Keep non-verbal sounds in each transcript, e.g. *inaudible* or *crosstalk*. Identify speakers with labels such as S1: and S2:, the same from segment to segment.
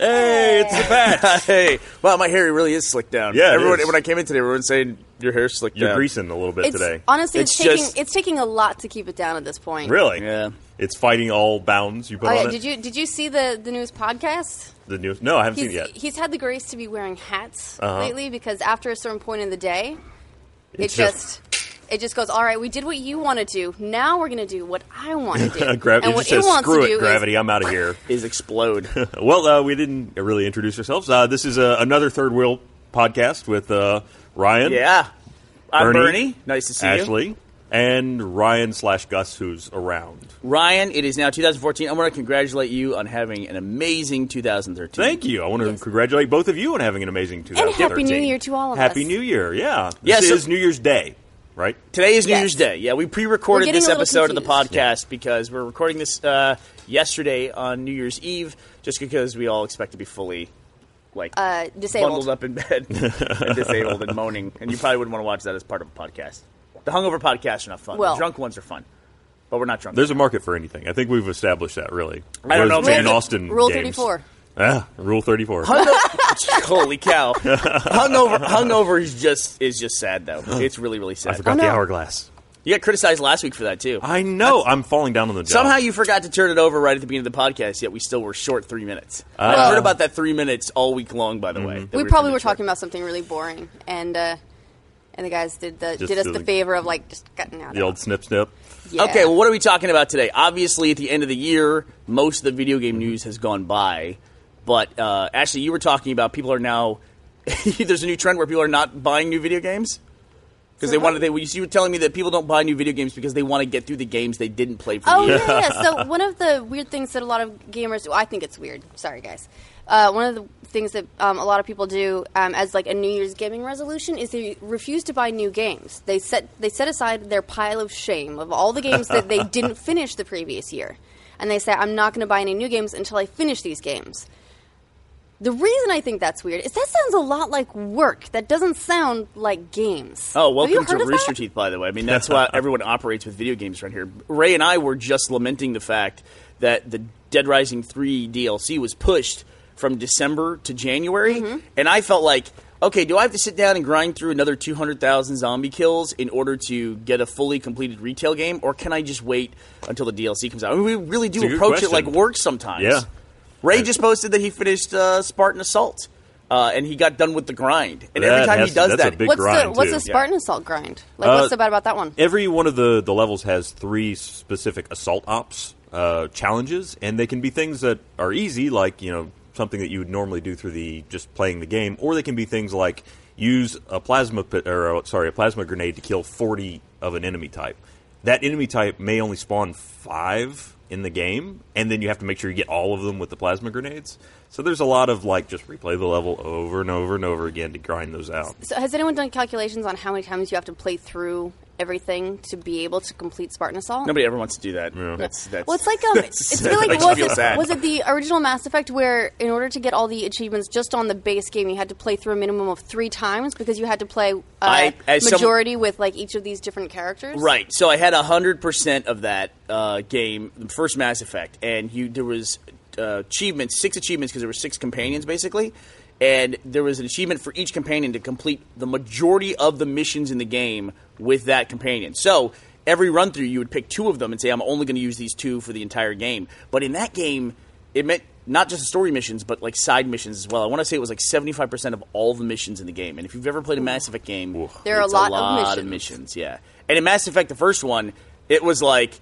S1: It's the patch.
S2: *laughs* hey, wow, my hair really is slicked down.
S3: Yeah, it
S2: everyone.
S3: is.
S2: When I came in today, everyone was saying your hair slicked
S3: You're
S2: down.
S3: greasing a little bit
S4: It's
S3: today.
S4: honestly, it's,
S2: It's
S4: taking
S2: just-
S4: it's taking a lot to keep it down at this point.
S3: really?
S1: Yeah.
S3: It's fighting all bounds you put on
S4: Oh yeah.
S3: it.
S4: Did you did you see the the news podcast?
S3: the news? No, I haven't
S4: He's
S3: seen it yet.
S4: he's had the grace to be wearing hats
S3: Uh-huh.
S4: lately because after a certain point in the day,
S3: It's
S4: it just. It just goes. All right, we did what you want to do. Now we're going to do what I want to do.
S3: Gra-
S4: and
S3: it
S4: what
S3: just *laughs* says,
S4: it wants
S3: "Screw
S4: to
S3: it,
S4: do
S3: gravity.
S4: is
S3: I'm out of here."
S2: Is
S3: *laughs*
S2: explode.
S3: well, uh, we didn't really introduce ourselves. Uh, this is uh, another Third Wheel podcast with uh, Ryan.
S2: yeah. I'm
S3: Bernie.
S2: Bernie. Nice to see you.
S3: Ashley, and Ryan slash Gus, who's around.
S2: Ryan, it is now 2014. I want to congratulate you on having an amazing 2013.
S3: Thank you. I want to
S4: Yes.
S3: congratulate both of you on having an amazing 2013.
S4: Happy New Year to all of
S3: Happy
S4: us.
S3: New Year, yeah. This
S2: Yeah, so-
S3: is New Year's Day, right?
S2: Today is New
S4: Yes.
S2: Year's Day. Yeah, we
S4: We're
S2: pre-recorded
S4: getting
S2: this
S4: a little
S2: episode of the
S4: confused.
S2: podcast because we're recording this uh, yesterday on New Year's Eve, just because we all expect to be fully like
S4: uh, disabled.
S2: bundled up in
S3: *laughs*
S2: bed, and disabled and moaning. And you probably wouldn't want to watch that as part of a podcast. The hungover podcasts are not fun.
S4: Well-
S2: the drunk ones are fun, but we're not drunk.
S3: There's a market for anything. I think we've established that, really.
S2: I don't know,
S3: Those Jane
S2: man.
S3: Austen
S4: Rule
S3: games.
S4: 34.
S3: Ah, Rule 34.
S2: Hungover- *laughs* Holy cow! Hungover, hungover is just is just sad though. It's really really
S3: I
S2: sad.
S3: forgot
S4: Oh,
S3: the
S4: no.
S3: hourglass.
S2: You got criticized last week for that too.
S3: I know. I'm falling down on the job.
S2: Somehow you forgot to turn it over right at the beginning of the podcast, yet we still were short three minutes.
S3: Ah.
S2: I heard about that three minutes all week long, by the
S3: Mm-hmm.
S2: way. that
S4: we
S2: were
S4: probably
S2: three
S4: were
S2: minutes
S4: talking
S2: short.
S4: about something really boring, and uh, and the guys did the
S3: Just
S4: did us
S3: did
S4: the
S3: the-
S4: favor of like just cutting out
S3: the old snip snip.
S4: Yeah.
S2: Okay, well, what are we talking about today? Obviously, at the end of the year, most of the video game news has gone by. But uh, Ashley, you were talking about people are now. *laughs* there's a new trend where people are not buying new video games because they want to. They, you were telling me that people don't buy new video games because they want to get through the games they didn't play for
S4: *laughs* Oh
S2: the year.
S4: yeah,
S2: *laughs*
S4: yeah. So one of the weird things that a lot of gamers do, I think it's weird. Sorry, guys. Uh, one of the things that um, a lot of people do um, as like a New Year's gaming resolution is they refuse to buy new games. They set they set aside their pile of shame of all the games
S2: *laughs*
S4: that they didn't finish the previous year, and they say, "I'm not going to buy any new games until I finish these games." The reason I think that's weird is that sounds a lot like work. That doesn't sound like games.
S2: Oh,
S4: Have you
S2: welcome
S4: heard
S2: to
S4: of
S2: Rooster
S4: that?
S2: Teeth, by the way. I mean, that's
S3: *laughs*
S2: why everyone operates with video games around here. Ray and I were just lamenting the fact that the Dead Rising 3 DLC was pushed from December to January,
S4: Mm-hmm.
S2: and I felt like, okay, do I have to sit down and grind through another 200,000 zombie kills in order to get a fully completed retail game, or can I just wait until the DLC comes out? I mean, we really do
S3: It's a good
S2: approach it like
S3: question.
S2: work sometimes.
S3: Yeah.
S2: Ray just posted that he finished uh, Spartan Assault. Uh, and he got done with the grind. And every
S3: That
S2: time
S3: has
S2: he
S3: to-
S2: does
S3: that's a
S2: that,
S3: big
S4: What's the
S3: grind,
S4: what's
S3: too.
S4: the Spartan assault grind? Like,
S3: Uh,
S4: what's so bad about that one?
S3: Every one of the, the levels has three specific assault ops uh, challenges, and they can be things that are easy, like you know something that you would normally do through the just playing the game, or they can be things like use a plasma pi- or uh, sorry a plasma grenade to kill forty of an enemy type. That enemy type may only spawn five in the game, and then you have to make sure you get all of them with the plasma grenades. So there's a lot of like just replay the level over and over and over again to grind those out.
S4: So has anyone done calculations on how many times you have to play through everything to be able to complete Spartan Assault?
S2: Nobody ever wants to do that. That's, that's,
S4: well, it's like
S2: *laughs*
S4: um,
S2: that's-
S4: it's
S2: that
S4: really like
S2: makes
S4: was
S2: me feel
S4: it,
S2: sad.
S4: was it the original Mass Effect where in order to get all the achievements just on the base game you had to play through a minimum of three times because you had to play uh,
S2: I- as some-
S4: majority with like each of these different characters.
S2: right? So I had hundred percent of that uh, game, the first Mass Effect, and you there was uh, achievements, six achievements because there were six companions basically, and there was an achievement for each companion to complete the majority of the missions in the game with that companion. So. Every run through, you would pick two of them and say, "I'm only going to use these two for the entire game." But in that game, it meant not just the story missions, but like side missions as well. I want to say it was like 75% of all the missions in the game. And if you've ever played a Mass Effect game,
S4: There are a
S2: it's
S4: lot of
S2: Of
S4: missions.
S2: missions missions, yeah. And in Mass Effect, the first one, it was like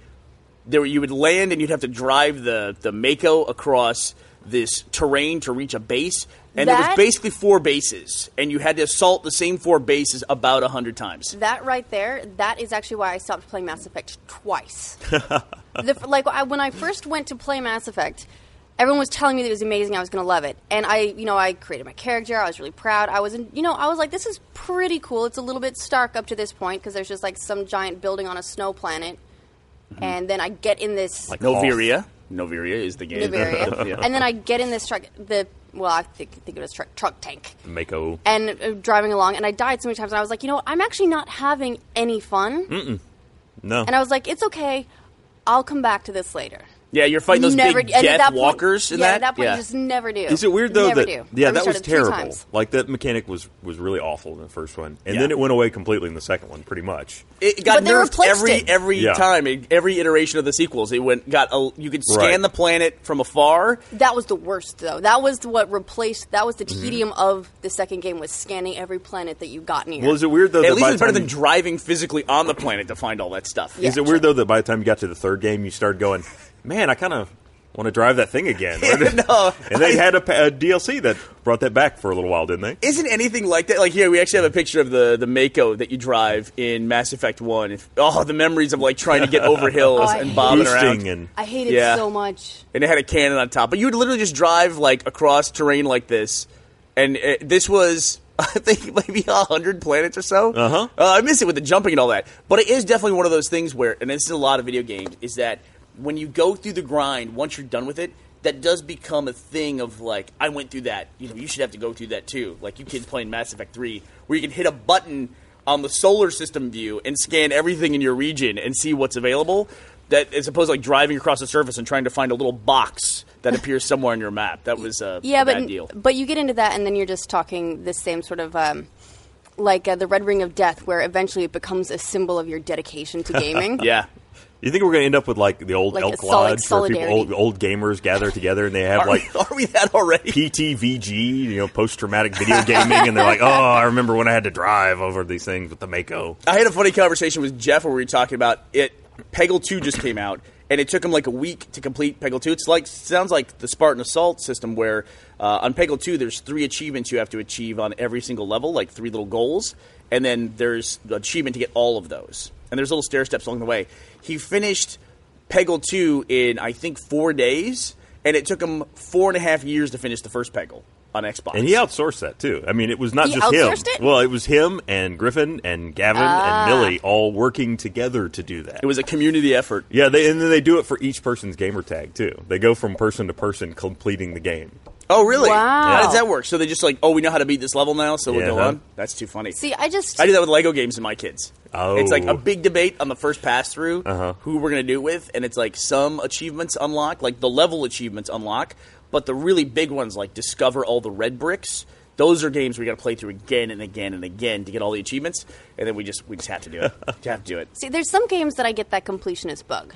S2: there were- you would land and you'd have to drive the the Mako across this terrain to reach a base, and there
S4: That-
S2: was basically four bases, and you had to assault the same four bases about a hundred times.
S4: That right there, that is actually why I stopped playing Mass Effect twice. the, f- like I, when I first went to play Mass Effect, everyone was telling me that it was amazing. I was going to love it, and I, you know, I created my character. I was really proud. I was, in, you know, I was like, this is pretty cool. It's a little bit stark up to this point because there's just like some giant building on a snow planet, and then I get in this
S3: Like
S2: Noveria, Noveria is the game. *laughs*
S4: Novaria,
S2: Yeah.
S4: and then I get in this truck. The well, I think, think it was truck, truck tank
S3: Mako.
S4: and uh, driving along, and I died so many times. And I was like, you know, what? I'm actually not having any fun.
S3: No.
S4: And I was like, it's okay. I'll come back to this later.
S2: Yeah, you're fighting those
S4: never
S2: big
S4: and at
S2: death
S4: that point-
S2: walkers in
S4: yeah,
S2: that.
S4: at that point you just never do.
S3: Is it weird though
S4: never
S3: that
S4: do. I
S3: yeah that was
S4: restarted three
S3: terrible.
S4: times.
S3: Like that mechanic was was really awful in the first one, and
S2: Yeah.
S3: then it went away completely in the second one, pretty much.
S2: it got
S4: But they
S2: nerfed
S4: replaced
S2: every
S4: it.
S2: every
S3: Yeah.
S2: time, e- every iteration of the sequels. It went got a, you could scan
S3: Right.
S2: the planet from afar.
S4: That was the worst though. That was what replaced. That was the tedium of the second game was scanning every planet that you got near.
S3: Well, is it weird though?
S2: At
S3: that
S2: least
S3: by
S2: it's
S3: the
S2: better
S3: time
S2: than
S3: you-
S2: driving physically on the planet to find all that stuff.
S4: Yeah.
S3: Is it weird though that by the time you got to the third game, you started going, man, I kind of want to drive that thing
S4: *laughs*
S3: again.
S2: No.
S3: and they had a, pa- a DLC that brought that back for a little while, didn't they?
S2: Isn't anything like that? Like here, we actually have a picture of the the Mako that you drive in Mass Effect One. If, oh, the memories of like trying to get
S3: *laughs*
S2: over hills
S4: Oh, I
S2: and
S4: hate
S2: bobbing around,
S3: Boosting and
S4: I hate it
S2: Yeah.
S4: so much.
S2: and it had a cannon on top. But you would literally just drive like across terrain like this, and uh this was. *laughs* I think maybe a hundred planets or so.
S3: Uh-huh.
S2: Uh, I miss it with the jumping and all that, but it is definitely one of those things where, and this is a lot of video games, is that when you go through the grind, once you're done with it, that does become a thing of like, I went through that. You know, you should have to go through that too. Like you kids playing Mass Effect Three, where you can hit a button on the solar system view and scan everything in your region and see what's available. That as opposed to like driving across the surface and trying to find a little box that appears somewhere on your map. That was a,
S4: yeah,
S2: a
S4: but
S2: bad deal.
S4: but you get into that, and then you're just talking the same sort of. Um, like uh, the Red Ring of Death, where eventually it becomes a symbol of your dedication to gaming.
S2: Yeah.
S3: You think we're going to end up with like the old
S4: Like
S3: Elk
S4: a solid
S3: Lodge where people old,
S4: solidarity.
S3: old gamers gather together and they have
S2: Are,
S3: like
S2: we, are we that already?
S3: PTVG, you know, post traumatic video gaming, and they're like, oh, I remember when I had to drive over these things with the Mako.
S2: I had a funny conversation with Jeff where we were talking about it. Peggle Two just came out, and it took him like a week to complete Peggle Two. It's like sounds like the Spartan Assault system, where uh, on Peggle Two there's three achievements you have to achieve on every single level, like three little goals, and then there's the achievement to get all of those, and there's little stair steps along the way. He finished Peggle Two in I think four days, and it took him four and a half years to finish the first Peggle on Xbox.
S3: And he outsourced that too. I mean, it was not
S4: He
S3: just him.
S4: outsourced it? Ah.
S3: Well, it was him and Griffin and Gavin and Millie all working together to do that.
S2: it was a community effort.
S3: yeah, they, and then they do it for each person's gamer tag too. They go from person to person completing the game.
S2: Oh, really?
S4: Wow.
S2: How does that work? So they just like, oh, we know how to beat this level now, so we'll
S3: Yeah.
S2: go on. That's too funny.
S4: See, I just
S2: I do that with Lego games and my kids.
S3: Oh.
S2: It's like a big debate on the first pass through who we're going to do it with, and it's like some achievements unlock, like the level achievements unlock, but the really big ones, like discover all the red bricks, those are games we got to play through again and again and again to get all the achievements, and then we just we just have to *laughs* do it. You have to do it.
S4: see. There's some games that I get that completionist bug.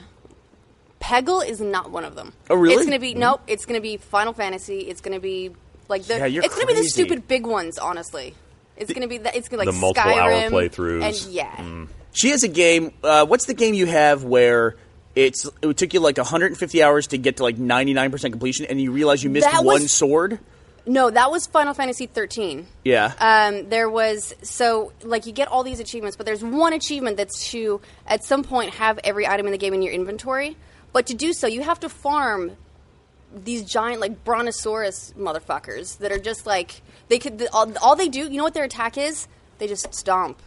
S4: Peggle is not one of them.
S2: Oh, really?
S4: It's gonna be nope. It's gonna be Final Fantasy. It's gonna be like the.
S2: Yeah, you're
S4: it's gonna be the
S2: crazy.
S4: stupid big ones. Honestly, it's gonna be that. It's gonna be
S3: The
S4: like
S3: multiple hour
S4: Skyrim
S3: playthroughs.
S4: And yeah,
S2: She has a game. Uh, what's the game you have where it's it took you like 150 hours to get to like 99% completion, and you realize you missed
S4: That was-
S2: one sword?
S4: no, that was Final Fantasy 13.
S2: Yeah.
S4: um, there was so like you get all these achievements, but there's one achievement that's to at some point have every item in the game in your inventory. But to do so, you have to farm these giant like brontosaurus motherfuckers that are just like they could all, all they do. You know what their attack is? They just stomp,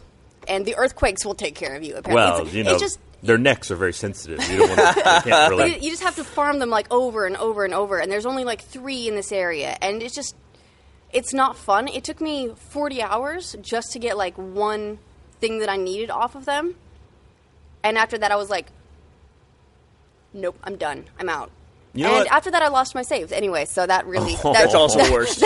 S4: and the earthquakes will take care of you. Apparently,
S3: Well,
S4: It's-
S3: you
S4: it's
S3: know,
S4: just-
S3: their necks are very sensitive. You don't want to.
S4: *laughs*
S3: they can't
S4: but
S3: really.
S4: you, you just have to farm them like over and over and over and there's only like three in this area and it's just it's not fun it took me 40 hours just to get like one thing that i needed off of them and after that i was like nope i'm done i'm out
S3: You know
S4: and
S3: what?
S4: after that i lost my saves anyway so that really
S3: *laughs* Oh.
S4: *laughs* that,
S2: That's also the worst.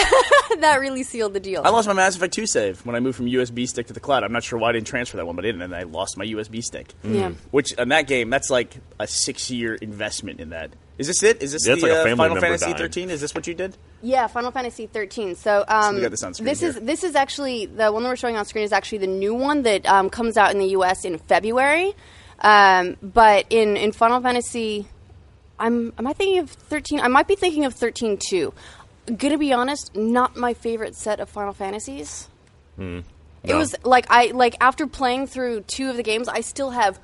S4: that really sealed the deal
S2: I lost my Mass Effect 2 save when I moved from USB stick to the cloud. I'm not sure why I didn't transfer that one, but I didn't, and I lost my USB stick.
S4: Mm. Yeah.
S2: Which, in that game, that's like a six year investment in that. Is this it? Is this
S3: That's
S2: the,
S3: like a
S2: uh,
S3: family
S2: Final
S3: member
S2: Fantasy
S3: dying.
S2: 13? Is this what you did?
S4: Yeah, Final Fantasy 13. So, um,
S2: we got this on screen
S4: this is
S2: here.
S4: this is actually the one that we're showing on screen is actually the new one that um, comes out in the U.S. in February. Um, but in in Final Fantasy, I'm am I thinking of 13? I might be thinking of 13 too. Gonna be honest, not my favorite set of Final Fantasies. It
S3: No.
S4: was like I like after playing through two of the games, I still have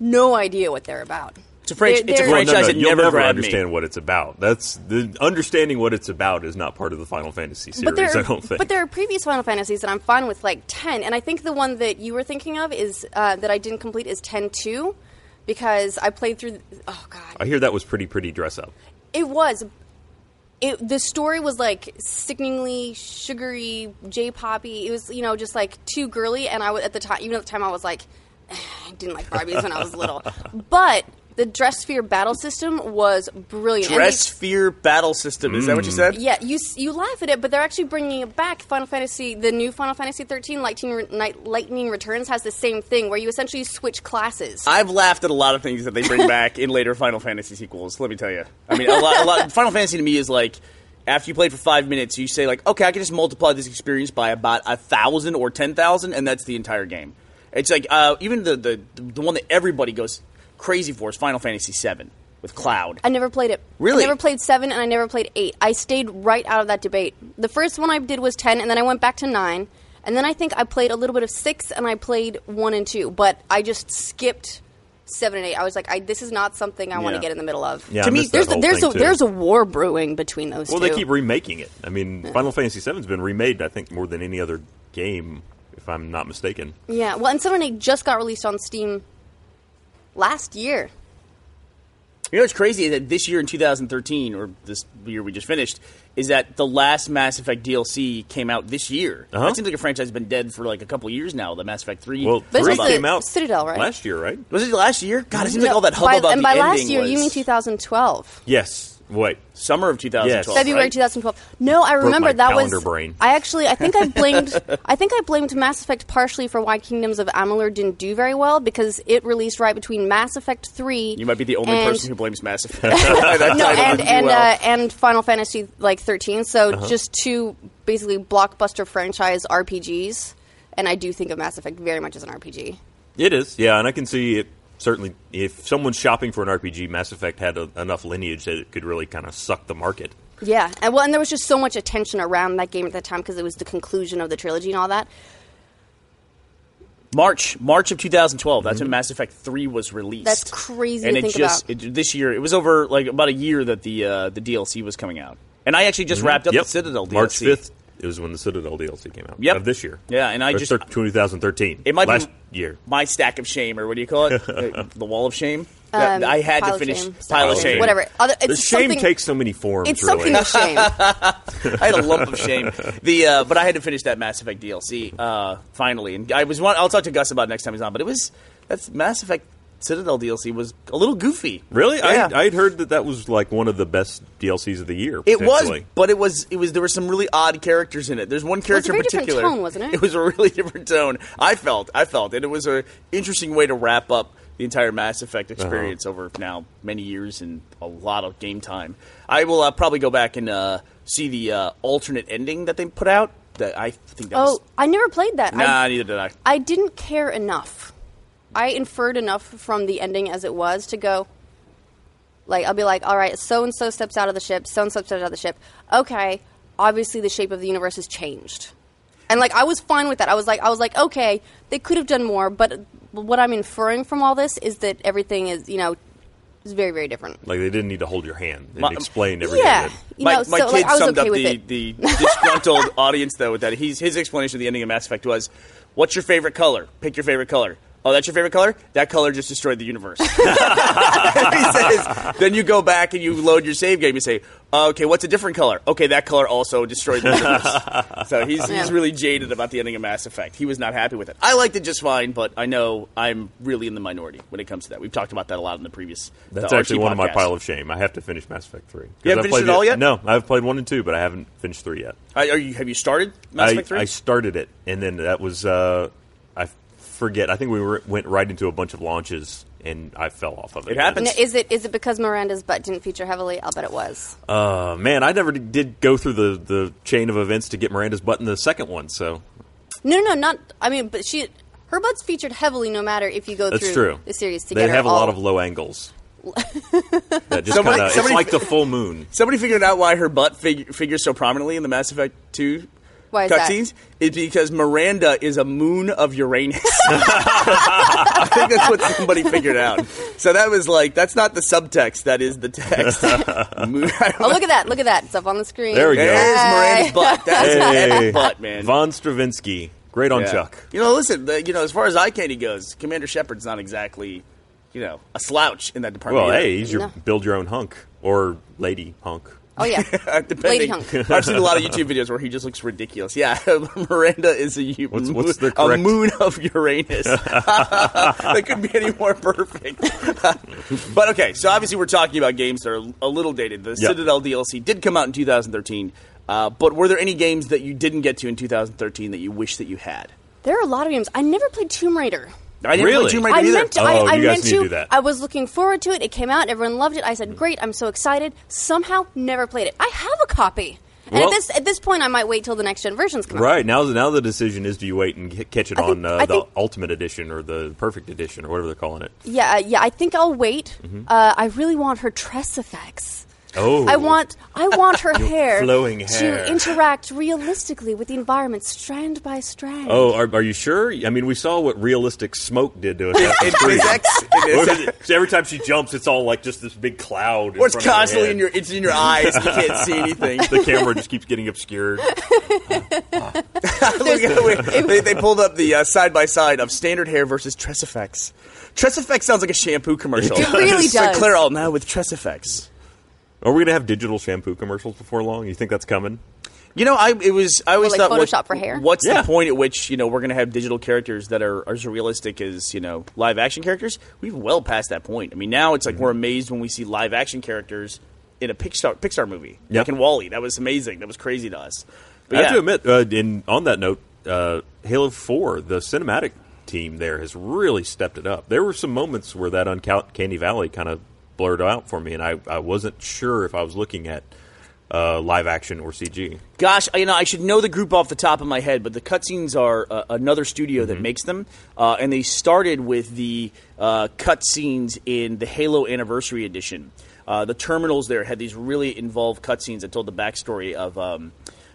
S4: no idea what they're about.
S2: It's a franch-
S4: They're-
S2: it's a franchise
S4: they're-
S3: Well, no,
S2: that
S3: no, you'll
S2: never
S3: never,
S2: grabbed me.
S3: understand what it's about. That's the understanding what it's about is not part of the Final Fantasy series.
S4: But there,
S3: I don't think.
S4: but there are previous Final Fantasies that I'm fine with, like ten, and I think the one that you were thinking of is uh, that I didn't complete is ten two, because I played through. Oh God,
S3: I hear that was pretty pretty dress up.
S4: it was. It, the story was like sickeningly sugary J poppy. It was you know just like too "Eh,
S3: *laughs*
S4: girly, and I was at the time. Even at the time, I was like, I didn't like Barbies when I was little, but The Dressphere battle system was brilliant. And they-
S2: Dress fear battle system. Is that
S3: Mm.
S2: what you said?
S4: yeah, you s- you laugh at it, but they're actually bringing it back. Final Fantasy, the new Final Fantasy 13, Lightning, Re- Night, Lightning Returns has the same thing, where you essentially switch classes.
S2: I've laughed at a lot of things that they
S3: *laughs*
S2: bring back in later Final Fantasy sequels. Let me tell you. I mean, a lot, a lot. Final Fantasy to me is like after you played for five minutes, you say like, okay, I can just multiply this experience by about a thousand or ten thousand, and that's the entire game. It's like uh, even the, the the one that everybody goes crazy for is Final Fantasy VII with Cloud.
S4: I never played it.
S2: Really?
S4: I never played seven, and I never played eight. I stayed right out of that debate. The first one I did was ten, and then I went back to nine, and then I think I played a little bit of six, and I played one and two, but I just skipped seven and eight. I was like, I, this is not something I want
S2: Yeah.
S4: to get in the middle of.
S3: Yeah,
S2: To
S3: I
S2: me,
S3: missed that
S4: There's a,
S3: whole
S4: there's
S3: thing,
S4: a
S3: too.
S4: there's a war brewing between those
S3: Well,
S4: two.
S3: they keep remaking it. I mean,
S4: Mm-hmm.
S3: Final Fantasy VII's been remade, I think, more than any other game, if I'm not mistaken.
S4: Yeah, well, and Seven and Eight just got released on Steam last year.
S2: You know what's crazy is that this year in 2013, or this year we just finished, is that the last Mass Effect DLC came out this year.
S3: Uh-huh.
S2: That seems like a franchise has been dead for like a couple years now. The Mass Effect Three.
S3: Well,
S4: This
S3: three
S4: was the
S3: came out
S4: Citadel, right?
S3: last year, right?
S2: Was it last year? God, it seems like all that hubbub
S4: by,
S2: about
S4: and
S2: the
S4: by
S2: ending
S4: last year,
S2: was
S4: you mean 2012?
S3: Yes. Wait.
S2: summer of 2012.
S3: Yes.
S4: February
S2: right?
S4: 2012. No, I remember
S3: my
S4: that was.
S3: calendar brain.
S4: I actually,
S2: *laughs*
S4: I think I blamed, I think I blamed Mass Effect partially for why Kingdoms of Amalur didn't do very well because it released right between Mass Effect three.
S2: You might be the only
S4: and-
S2: person who blames Mass Effect. *laughs* That
S4: *laughs*
S2: title
S4: no,
S2: didn't
S4: and
S2: do
S4: and
S2: well.
S4: uh, and Final Fantasy like 13. So
S2: Uh-huh.
S4: just two basically blockbuster franchise RPGs, and I do think of Mass Effect very much as an RPG.
S3: It is, yeah, and I can see it certainly. If someone's shopping for an RPG, Mass Effect had a, enough lineage that it could really kind of suck the market.
S4: Yeah, and well, and there was just so much attention around that game at that time because it was the conclusion of the trilogy and all that.
S2: March, March of 2012.
S3: Mm-hmm.
S2: That's when Mass Effect Three was released.
S4: That's crazy
S2: And
S4: to
S2: it
S4: think
S2: just
S4: about.
S2: It, this year, it was over like about a year that the uh, the DLC was coming out. And I actually just wrapped up
S3: Mm-hmm. yep.
S2: the Citadel DLC.
S3: March fifth is when the Citadel DLC came out.
S2: Yep.
S3: of this year.
S2: Yeah, and I
S3: Or
S2: just-
S3: thir- 2013.
S2: It might be-
S3: last year.
S2: my stack of shame, or what do you call
S3: *laughs*
S2: it? Uh, the wall of shame. That- I had
S4: Um, pile
S2: to
S4: of
S2: finish
S4: shame,
S2: pile of
S3: of
S2: shame.
S3: shame.
S4: Whatever. Other, it's
S3: the shame
S4: something-
S3: takes so many forms.
S4: It's
S3: really.
S4: something of
S2: *laughs*
S4: shame.
S2: I had a lump of shame. The uh, but I had to finish that Mass Effect DLC uh, finally, and I was. One, I'll talk to Gus about it next time he's on. But it was that's Mass Effect Citadel DLC was a little goofy.
S3: Really,
S2: Yeah.
S3: I, I'd heard that that was like one of the best DLCs of the year.
S2: It was,
S3: potentially.
S2: but it was it was there were some really odd characters in it. There's one character
S4: very
S2: in
S4: different
S2: particular.
S4: tone, wasn't
S2: *laughs*
S4: it?
S2: It was a really different tone. I felt, I felt, and it was a interesting way to wrap up the entire Mass Effect experience over now many years and a lot of game time. I will uh, probably go back and uh, see the uh, alternate ending that they put out. That I think that was
S4: oh, I never played that.
S2: nah,
S4: I,
S2: neither did I.
S4: I didn't care enough. I inferred enough from the ending as it was to go. Like I'll be like, all right, so and so steps out of the ship. So and so steps out of the ship. Okay, obviously the shape of the universe has changed, and like I was fine with that. I was like, I was like, okay, they could have done more, but what I'm inferring from all this is that everything is, you know, is very very different.
S3: like they didn't need to hold your hand and
S2: My- um,
S3: explain everything.
S4: Yeah,
S3: that-
S4: you
S2: my
S4: know,
S2: my
S4: so
S2: kid
S4: like, I was
S2: summed
S4: okay
S2: up
S4: with
S2: the,
S4: it.
S2: the
S4: *laughs*
S2: disgruntled audience though with that. He's, his explanation of the ending of Mass Effect was, "What's your favorite color? Pick your favorite color." Oh, that's your favorite color? That color just destroyed the
S4: *laughs*
S2: universe. *laughs* he says. Then you go back and you load your save game. You say, "Oh, "Okay, what's a different color?" Okay, that color also destroyed the
S4: *laughs*
S2: universe. so he's he's
S4: Yeah.
S2: really jaded about the ending of Mass Effect. He was not happy with it. I liked it just fine, but I know I'm really in the minority when it comes to that. We've talked about that a lot in the previous. the
S3: That's
S2: RT
S3: actually one of my
S2: podcast.
S3: pile of shame. I have to finish Mass Effect three. 'Cause
S2: You haven't
S3: I've
S2: finished
S3: played
S2: it all yet?
S3: No, I've played one and two, but I haven't finished three yet.
S2: I- are you, have you started Mass
S3: I,
S2: Effect Three?
S3: I started it, and then that was uh, I forget. I think we were, went right into a bunch of launches, and I fell off of it.
S2: It happens.
S4: Now, is it is it because Miranda's butt didn't feature heavily? I'll bet it was.
S3: Uh, man, I never d- did go through the, the chain of events to get Miranda's butt in the second one. So
S4: No, no, no, not. I mean, but she, her butt's featured heavily, no matter if you go
S3: that's
S4: through
S3: true.
S4: the series to
S3: they
S4: get her
S3: have a
S4: all-
S3: lot of low
S4: *laughs*
S3: angles. that just
S2: Somebody-
S3: kind of it's
S2: somebody- *laughs*
S3: like the full moon.
S2: Somebody figured out why her butt fig- figures so prominently in the Mass Effect 2
S4: Why is that?
S2: cutscenes. It's because Miranda is a moon of Uranus. *laughs* I think that's what somebody figured out. So that was like, that's not the subtext, that is the text.
S3: *laughs*
S2: moon.
S4: Oh, look at that! Look at that! It's up on the screen.
S3: There we go.
S2: *laughs* There's Miranda's butt. That's
S3: Hey.
S2: an epic butt, man.
S3: Von Stravinsky, great on
S2: Yeah.
S3: Chuck.
S2: You know, listen, the, you know, as far as eye candy goes, Commander Shepard's not exactly, you know, a slouch in that department.
S3: Well,
S2: either.
S3: hey, he's your
S4: No.
S3: build your own hunk or lady hunk.
S4: Oh
S3: *laughs*
S4: yeah,
S2: *laughs*
S4: Lady
S2: Uh, Depending.
S4: Hunk.
S2: I've seen a lot of YouTube videos where he just looks ridiculous. Yeah, *laughs* Miranda is a, u-
S3: What's-
S2: moon,
S3: what's the
S2: a
S3: correct-
S2: moon of Uranus. *laughs* that couldn't be any more perfect. *laughs* but okay, so obviously we're talking about games that are a little dated. The
S3: Yeah.
S2: Citadel DLC did come out in 2013, uh, but were there any games that you didn't get to in 2013 that you wish that you had?
S4: There are a lot of games. I never played Tomb Raider.
S2: I didn't
S3: Really?
S2: play Tomb Raider
S4: I
S2: either.
S4: meant to.
S3: Oh,
S4: I, I
S3: you guys
S4: meant
S3: need
S4: to.
S3: to do that.
S4: I was looking forward to it. It came out. Everyone loved it. I said, "Great! I'm so excited." Somehow, never played it. I have a copy. And
S3: Well-
S4: at this at this point, I might wait till the next gen versions come out.
S3: Right now, now the decision is: do you wait and c- catch it
S4: I
S3: on
S4: think-
S3: uh,
S4: I
S3: the
S4: think-
S3: Ultimate Edition or the Perfect Edition or whatever they're calling it?
S4: Yeah, uh, yeah. I think I'll wait.
S2: Mm-hmm.
S4: Uh, I really want her tress effects.
S3: Oh,
S4: I want I want
S2: *laughs*
S4: her hair,
S3: flowing hair.
S4: to interact realistically with the environment, strand by strand.
S3: Oh, are, are you sure? I mean, we saw what realistic smoke did to us.
S2: *laughs*
S3: after
S2: It-
S3: three.
S2: it's ex- it is-
S3: What was it? So every time she jumps, it's all like just this big cloud. in
S2: Or it's
S3: front of her
S2: constantly
S3: head.
S2: in your it's in your eyes. You can't see anything.
S3: *laughs* The camera just keeps getting obscured.
S4: *laughs*
S2: Look at the way- *laughs* they, they pulled up the uh, side by side of standard hair versus Tress Effects. Tress Effects sounds like a shampoo commercial.
S4: It
S2: *laughs*
S4: really
S2: Just like
S4: does.
S2: Clairol now with Tress Effects.
S3: Are we gonna have digital shampoo commercials before long? You think that's coming?
S2: You know, I it was I always
S4: like
S2: thought what-
S4: Photoshop for hair?
S2: What's
S3: Yeah.
S2: the point at which you know we're going to have digital characters that are as realistic as you know live action characters? We've well past that point. I mean, now it's like
S3: Mm-hmm.
S2: we're amazed when we see live action characters in a Pixar Pixar movie,
S3: Yep.
S2: like in Wally. That was amazing. That was crazy to us. But
S3: I have
S2: yeah.
S3: to admit, uh, in on that note, uh, Halo Four, the cinematic team there has really stepped it up. There were some moments where that uncanny valley kind of blurred out for me, and I, I wasn't sure if I was looking at uh, live action or CG.
S2: Gosh, you know, I should know the group off the top of my head, but the cutscenes are uh, another studio that makes them, uh, and they started with the uh, cutscenes in the Halo Anniversary Edition. Uh, the terminals there had these really involved cutscenes that told the backstory of, um,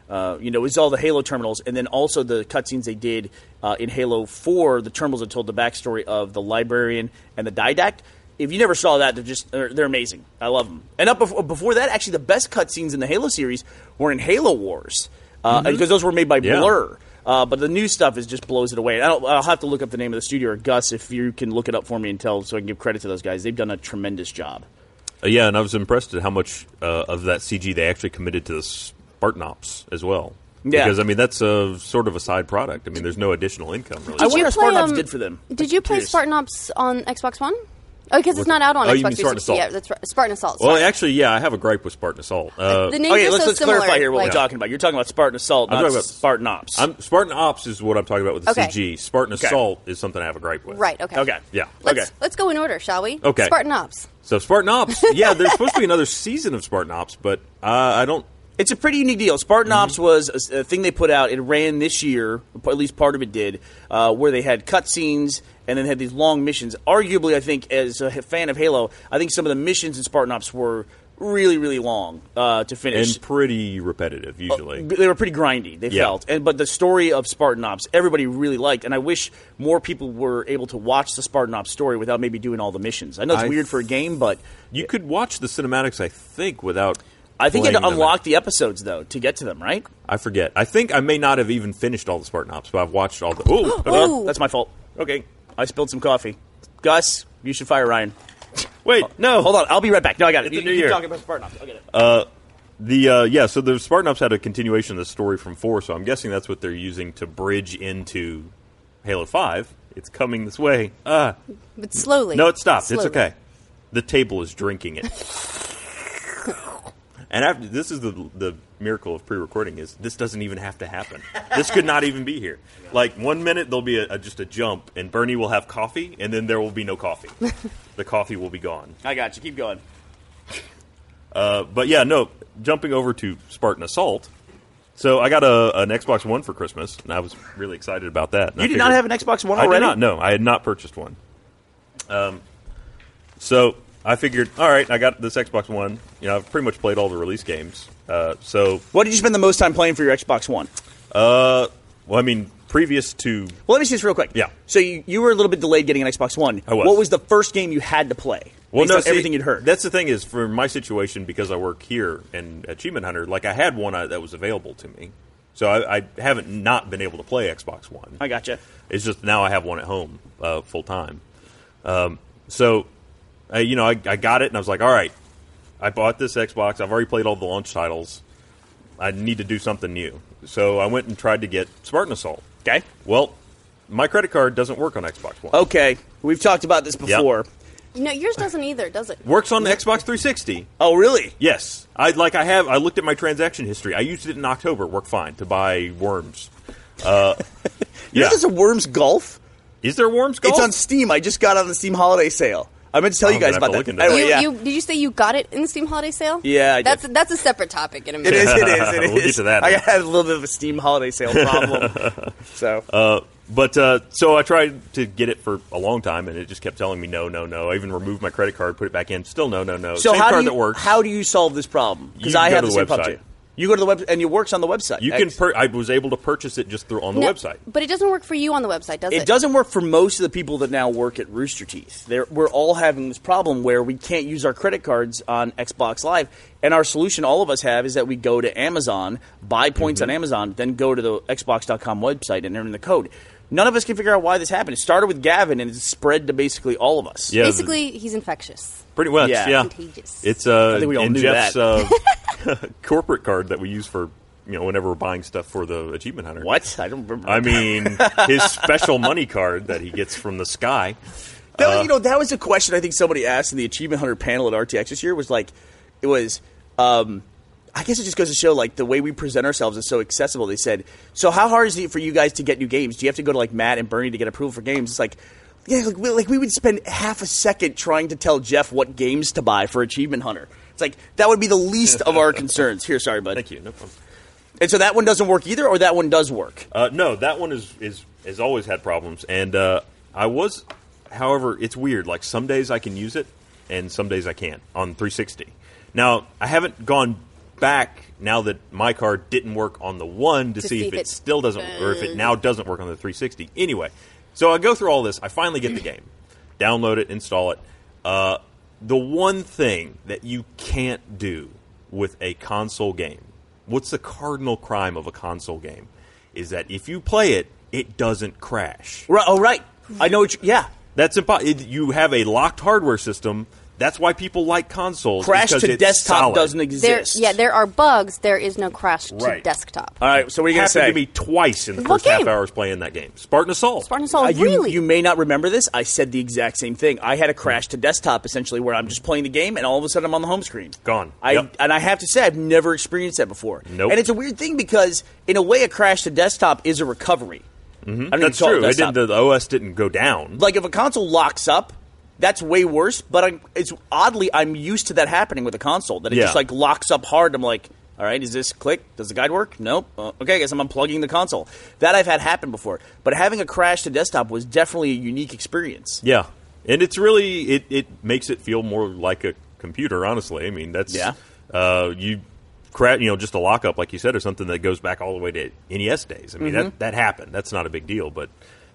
S2: uh, you know, it was all the Halo terminals, and then also the cutscenes they did uh, in Halo Four. The terminals that told the backstory of the librarian and the didact if you never saw that, they're just they're, they're amazing. I love them. And up before, before that, actually, the best cutscenes in the Halo series were in Halo Wars uh, because those were made by
S3: Mm-hmm. Yeah.
S2: Blur. Uh, but the new stuff is just blows it away. And I don't, I'll have to look up the name of the studio or Gus if you can look it up for me and tell so I can give credit to those guys. They've done a tremendous job.
S3: Uh, yeah, and I was impressed at how much uh, of that CG they actually committed to the Spartan Ops as well.
S2: Yeah.
S3: Because I mean that's a sort of a side product. I mean, there's no additional income really.
S2: I wonder
S4: you
S2: how Spartan
S4: play,
S2: Ops
S4: um,
S2: did for them.
S4: Did you play
S2: Curious.
S4: Spartan Ops on Xbox One? Oh, because it's not out on
S3: Oh,
S4: Xbox
S3: you mean Spartan
S4: 360.
S3: Assault.
S4: Yeah, that's right. Spartan Assault.
S3: Well,
S4: sorry.
S3: actually, yeah, I have a gripe with Spartan Assault. Uh,
S4: the names
S2: Okay,
S4: are
S2: let's,
S4: so
S2: let's
S4: similar.
S2: clarify here what
S4: like-
S2: we're talking about. You're talking about Spartan Assault, not
S3: talking about-
S2: Spartan Ops.
S3: I'm, Spartan Ops is what I'm talking about with the
S4: Okay.
S3: CG. Spartan
S2: Okay.
S3: Assault is something I have a gripe with.
S4: Right. Okay.
S2: okay.
S3: Yeah.
S4: Let's,
S2: okay.
S4: Let's go in order, shall we?
S3: Okay.
S4: Spartan Ops.
S3: So
S2: *laughs*
S3: Spartan Ops, yeah, there's supposed to be another season of Spartan Ops, but uh, I don't.
S2: It's a pretty unique deal. Spartan
S3: Mm-hmm.
S2: Ops was a s- a, thing they put out. It ran this year, p- at least part of it did, uh, where they had cutscenes and then had these long missions. Arguably, I think as a h- fan of Halo, I think some of the missions in Spartan Ops were really, really long uh, to finish.
S3: And pretty repetitive usually.
S2: Oh, B- they were pretty grindy. They
S3: Yeah.
S2: felt, and but the story of Spartan Ops, everybody really liked, and I wish more people were able to watch the Spartan Ops story without maybe doing all the missions. I know it's
S3: I
S2: weird for a game, but
S3: you could watch the cinematics, I think, without.
S2: I think you had
S3: playing
S2: to
S3: them.
S2: unlock the episodes though to get to them, right?
S3: I forget. I think I may not have even finished all the Spartan Ops, but I've watched all the.
S2: *gasps*
S3: Oh,
S4: Ooh.
S2: Well, uh, that's my fault.
S3: okay.
S2: I spilled some coffee. Gus, you should fire Ryan.
S3: Wait, no,
S2: uh, Hold on, I'll be right back. No, I got it.
S3: It's
S2: you Uh,
S3: a new
S2: you keep
S3: year.
S2: talking about Spartan Ops. I'll get it.
S3: The uh, yeah, so the Spartan Ops had a continuation of the story from four, so I'm guessing that's what they're using to bridge into Halo Five. It's coming this way. Uh,
S4: But slowly.
S3: no, it stopped.
S4: Slowly.
S3: It's okay. The table is drinking it. and after this is the the miracle of pre-recording is this doesn't even have to happen. this could not even be here. Like one minute there'll be a, a, just a jump, and Bernie will have coffee, and then there will be
S2: *laughs*
S3: no coffee. the coffee will be gone.
S2: I got you. Keep going.
S3: But yeah, no. Jumping over to Spartan Assault. So I got a, an Xbox One for Christmas, and I was really excited about that.
S2: You did not have an Xbox One already?
S3: I did not. No, I had not purchased one. Um, so I figured, all right, I got this Xbox One. You know, I've pretty much played all the release games. Uh, so,
S2: What did you spend the most time playing for your Xbox One?
S3: uh, well, I mean, previous to
S2: Well, let me see this real quick.
S3: Yeah.
S2: So you, you were a little bit delayed getting an Xbox One.
S3: I was.
S2: What was the first game you had to play?
S3: well,
S2: based
S3: no,
S2: on
S3: see,
S2: everything you'd heard.
S3: That's the thing is, for my situation, because I work here and Achievement Hunter, like I had one uh, that was available to me. So I, I haven't not been able to play Xbox One.
S2: I got you.
S3: It's just now I have one at home uh, full time. Um, so, uh, you know, I, I got it and I was like, all right, I bought this Xbox. I've already played all the launch titles. I need to do something new. So I went and tried to get Spartan Assault.
S2: Okay.
S3: Well, my credit card doesn't work on Xbox One.
S2: Okay. We've talked about this before.
S4: No, yours doesn't either, does it?
S3: Works on the Xbox 360.
S2: Oh, really?
S3: Yes, I like. I have. I looked at my transaction history. I used it in October. It Worked fine to buy worms.
S2: *laughs*
S3: Uh,
S2: You know
S3: yeah.
S2: there's a Worms Golf?
S3: Is there worms? Golf?
S2: It's on Steam. I just got on the Steam holiday sale. Oh, I meant to tell
S3: I'm
S2: you guys
S3: gonna
S2: about
S3: have
S2: that.
S3: to look into that.
S2: Anyway,
S4: you,
S2: yeah.
S4: you, did you say you got it in the Steam Holiday Sale?
S2: Yeah, I did.
S4: that's that's a separate topic in a minute.
S2: It is. It is. It is.
S3: *laughs* We'll get to that.
S2: I had a little bit of a Steam holiday sale
S3: *laughs*
S2: problem. so
S3: But uh, so I tried to get it for a long time, and it just kept telling me no, no, no. I even removed my credit card, put it back in, still no, no, no.
S2: So
S3: Same
S2: how
S3: card
S2: do you,
S3: that works.
S2: How do you solve this problem? Because
S3: You
S2: I
S3: go
S2: have
S3: to
S2: the
S3: the
S2: same problem
S3: website.
S2: too. You go to the web and it works on the website.
S3: you can?
S2: Ex-
S3: Per- I was able to purchase it just through on the
S4: No,
S3: website.
S4: but it doesn't work for you on the website, does it?
S2: it doesn't work for most of the people that now work at Rooster Teeth. They're, we're all having this problem where we can't use our credit cards on Xbox Live, and our solution all of us have is that we go to Amazon, buy points
S3: Mm-hmm.
S2: on Amazon, then go to the Xbox.com website and enter in the code. None of us can figure out why this happened. It started with Gavin and it's spread to basically all of us.
S3: Yeah,
S4: Basically, he's infectious.
S3: Pretty much,
S2: Yeah.
S3: yeah.
S4: Contagious.
S3: It's uh,
S2: I think we all
S3: and
S2: knew
S3: Jeff's
S2: that. *laughs*
S3: uh, *laughs* corporate card that we use for you know whenever we're buying stuff for the achievement hunter.
S2: What? I don't remember.
S3: I mean, his special money card that he gets from the sky.
S2: That,
S3: uh,
S2: you know, that was a question I think somebody asked in the Achievement Hunter panel at RTX this year. Was like, it was. Um, I guess it just goes to show like the way we present ourselves is so accessible. They said, "So how hard is it for you guys to get new games? Do you have to go to like Matt and Bernie to get approval for games?" It's like, yeah, like we, like we would spend half a second trying to tell Jeff what games to buy for Achievement Hunter. It's like that would be the least of our concerns. Here, sorry, bud.
S3: Thank you. No problem.
S2: And so that one doesn't work either, or that one does work.
S3: Uh, no, that one is is has always had problems, and uh, I was, however, it's weird. Like some days I can use it, and some days I can't on 360. Now I haven't gone back now that my card didn't work on the one to, see, if it, still doesn't, or
S4: Uh.
S3: if it now doesn't work on the 360. Anyway, so I go through all this. I finally get the game, *clears throat* download it, install it. Uh, the one thing that you can't do with a console game, what's the cardinal crime of a console game, is that if you play it, it doesn't crash.
S2: Right, oh, right. I know. What you, yeah,
S3: That's impossible. You have a locked hardware system. That's why people like consoles.
S2: crash
S3: because
S2: to
S3: it's
S2: desktop
S3: solid.
S2: doesn't
S4: There,
S2: exist.
S4: yeah, there are bugs. There is no crash to
S3: Right. Uh,
S4: desktop.
S2: All right. So what are you gonna
S3: happened
S2: say?
S3: to me twice in the
S4: What
S3: first half
S4: game?
S3: hours playing that game. Spartan Assault.
S4: Spartan Assault,
S2: Uh, you,
S4: really?
S2: you may not remember this. I said the exact same thing. I had a crash to desktop essentially where I'm just playing the game and all of a sudden I'm on the home screen.
S3: Gone.
S2: I
S3: Yep.
S2: and I have to say I've never experienced that before.
S3: Nope.
S2: And it's a weird thing because in a way a crash to desktop is a recovery. Mm-hmm. I don't even
S3: That's
S2: call it
S3: true. It
S2: desktop.
S3: didn't, the OS didn't go down.
S2: like if a console locks up, that's way worse, but I'm, it's oddly I'm used to that happening with a console that it
S3: Yeah.
S2: just like locks up hard. I'm like all right, is this click? Does the guide work? Nope. Uh, okay, I guess I'm unplugging the console. That I've had happen before. But having a crash to desktop was definitely a unique experience.
S3: Yeah, and it's really it, it makes it feel more like a computer. Honestly, I mean that's
S2: Yeah.
S3: Uh, you cra- you know just a lockup like you said or something that goes back all the way to NES days. I mean that that happened. That's not a big deal, but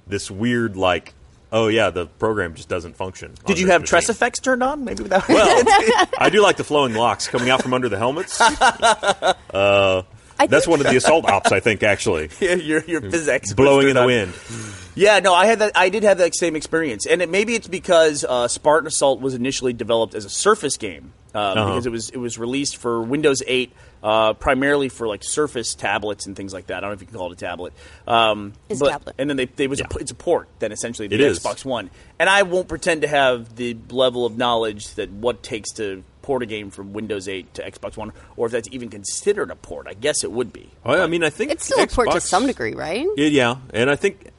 S3: this weird like oh yeah the program just doesn't function.
S2: Did
S3: on
S2: you
S3: this
S2: have
S3: machine.
S2: Tress effects turned on? Maybe without. *laughs*
S3: Well, *laughs* I do like the flowing locks coming out from under the helmets. Uh,
S4: I
S3: that's
S4: think-
S3: one of the assault ops, I think, actually.
S2: *laughs* your your physics was
S3: Blowing in
S2: turned
S3: the
S2: on.
S3: wind.
S2: Yeah, no, I had that. I did have that same experience, and it, maybe it's because uh, Spartan Assault was initially developed as a Surface game um,
S3: Uh-huh.
S2: because it was it was released for Windows 8, uh, primarily for like Surface tablets and things like that. I don't know if you can call it a tablet. Um,
S4: It's
S2: but-
S4: tablet.
S2: And then they, they was a, it's a port then essentially the
S3: It is.
S2: Xbox One. And I won't pretend to have the level of knowledge that what takes to port a game from Windows 8 to Xbox One, or if that's even considered a port. I guess it would be.
S3: Well, I mean, I think
S4: it's still a port to
S3: Xbox-
S4: some degree, right?
S3: Yeah, yeah, and I think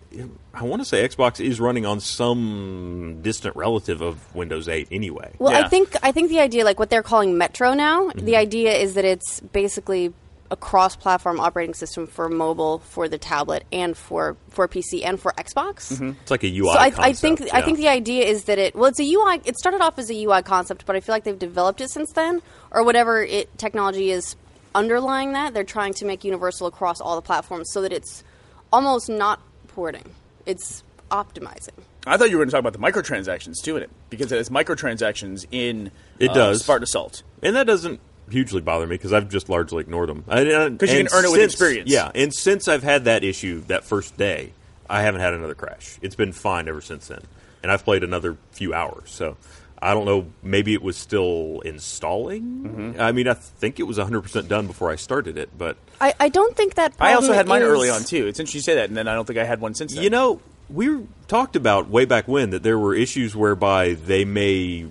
S3: I want to say Xbox is running on some distant relative of Windows 8 anyway.
S4: Well,
S2: Yeah.
S4: I think I think the idea, like what they're calling Metro now,
S3: Mm-hmm.
S4: the idea is that it's basically a cross-platform operating system for mobile, for the tablet, and for for PC and for Xbox.
S3: It's like a UI.
S4: So I, I
S3: concept,
S4: think I
S3: yeah.
S4: think the idea is that it well, it's a UI. It started off as a UI concept, but I feel like they've developed it since then, or whatever it technology is underlying that. They're trying to make universal across all the platforms so that it's almost not porting. It's optimizing.
S2: I thought you were going to talk about the microtransactions too in it because it has microtransactions in
S3: It
S2: uh,
S3: does.
S2: Spartan Assault.
S3: and that doesn't hugely bother me because I've just largely ignored them. Because you
S2: can earn it with experience.
S3: Yeah, and since I've had that issue that first day, I haven't had another crash. It's been fine ever since then, and I've played another few hours. So I don't know. Maybe it was still installing.
S2: Mm-hmm.
S3: I mean, I think it was 100% done before I started it, but
S4: I, I don't think that.
S2: I also
S4: problem
S2: had mine
S4: is-
S2: early on too. It's interesting you say that, and then I don't think I had one since. Then.
S3: You know, we talked about way back when that there were issues whereby they may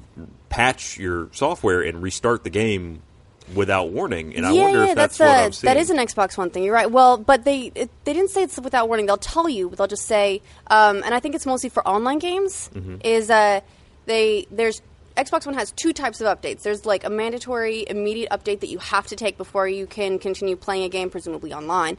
S3: patch your software and restart the game without warning, and I
S4: yeah,
S3: wonder
S4: yeah,
S3: if that's,
S4: a,
S3: what I'm seeing.
S4: that
S3: *laughs*
S4: is an Xbox One thing. You're right. Well, but they it, they didn't say it's without warning. They'll tell you. They'll just say, um, and I think it's mostly for online games.
S3: Mm-hmm.
S4: Is uh, they there's Xbox One has two types of updates. There's like a mandatory immediate update that you have to take before you can continue playing a game, presumably online,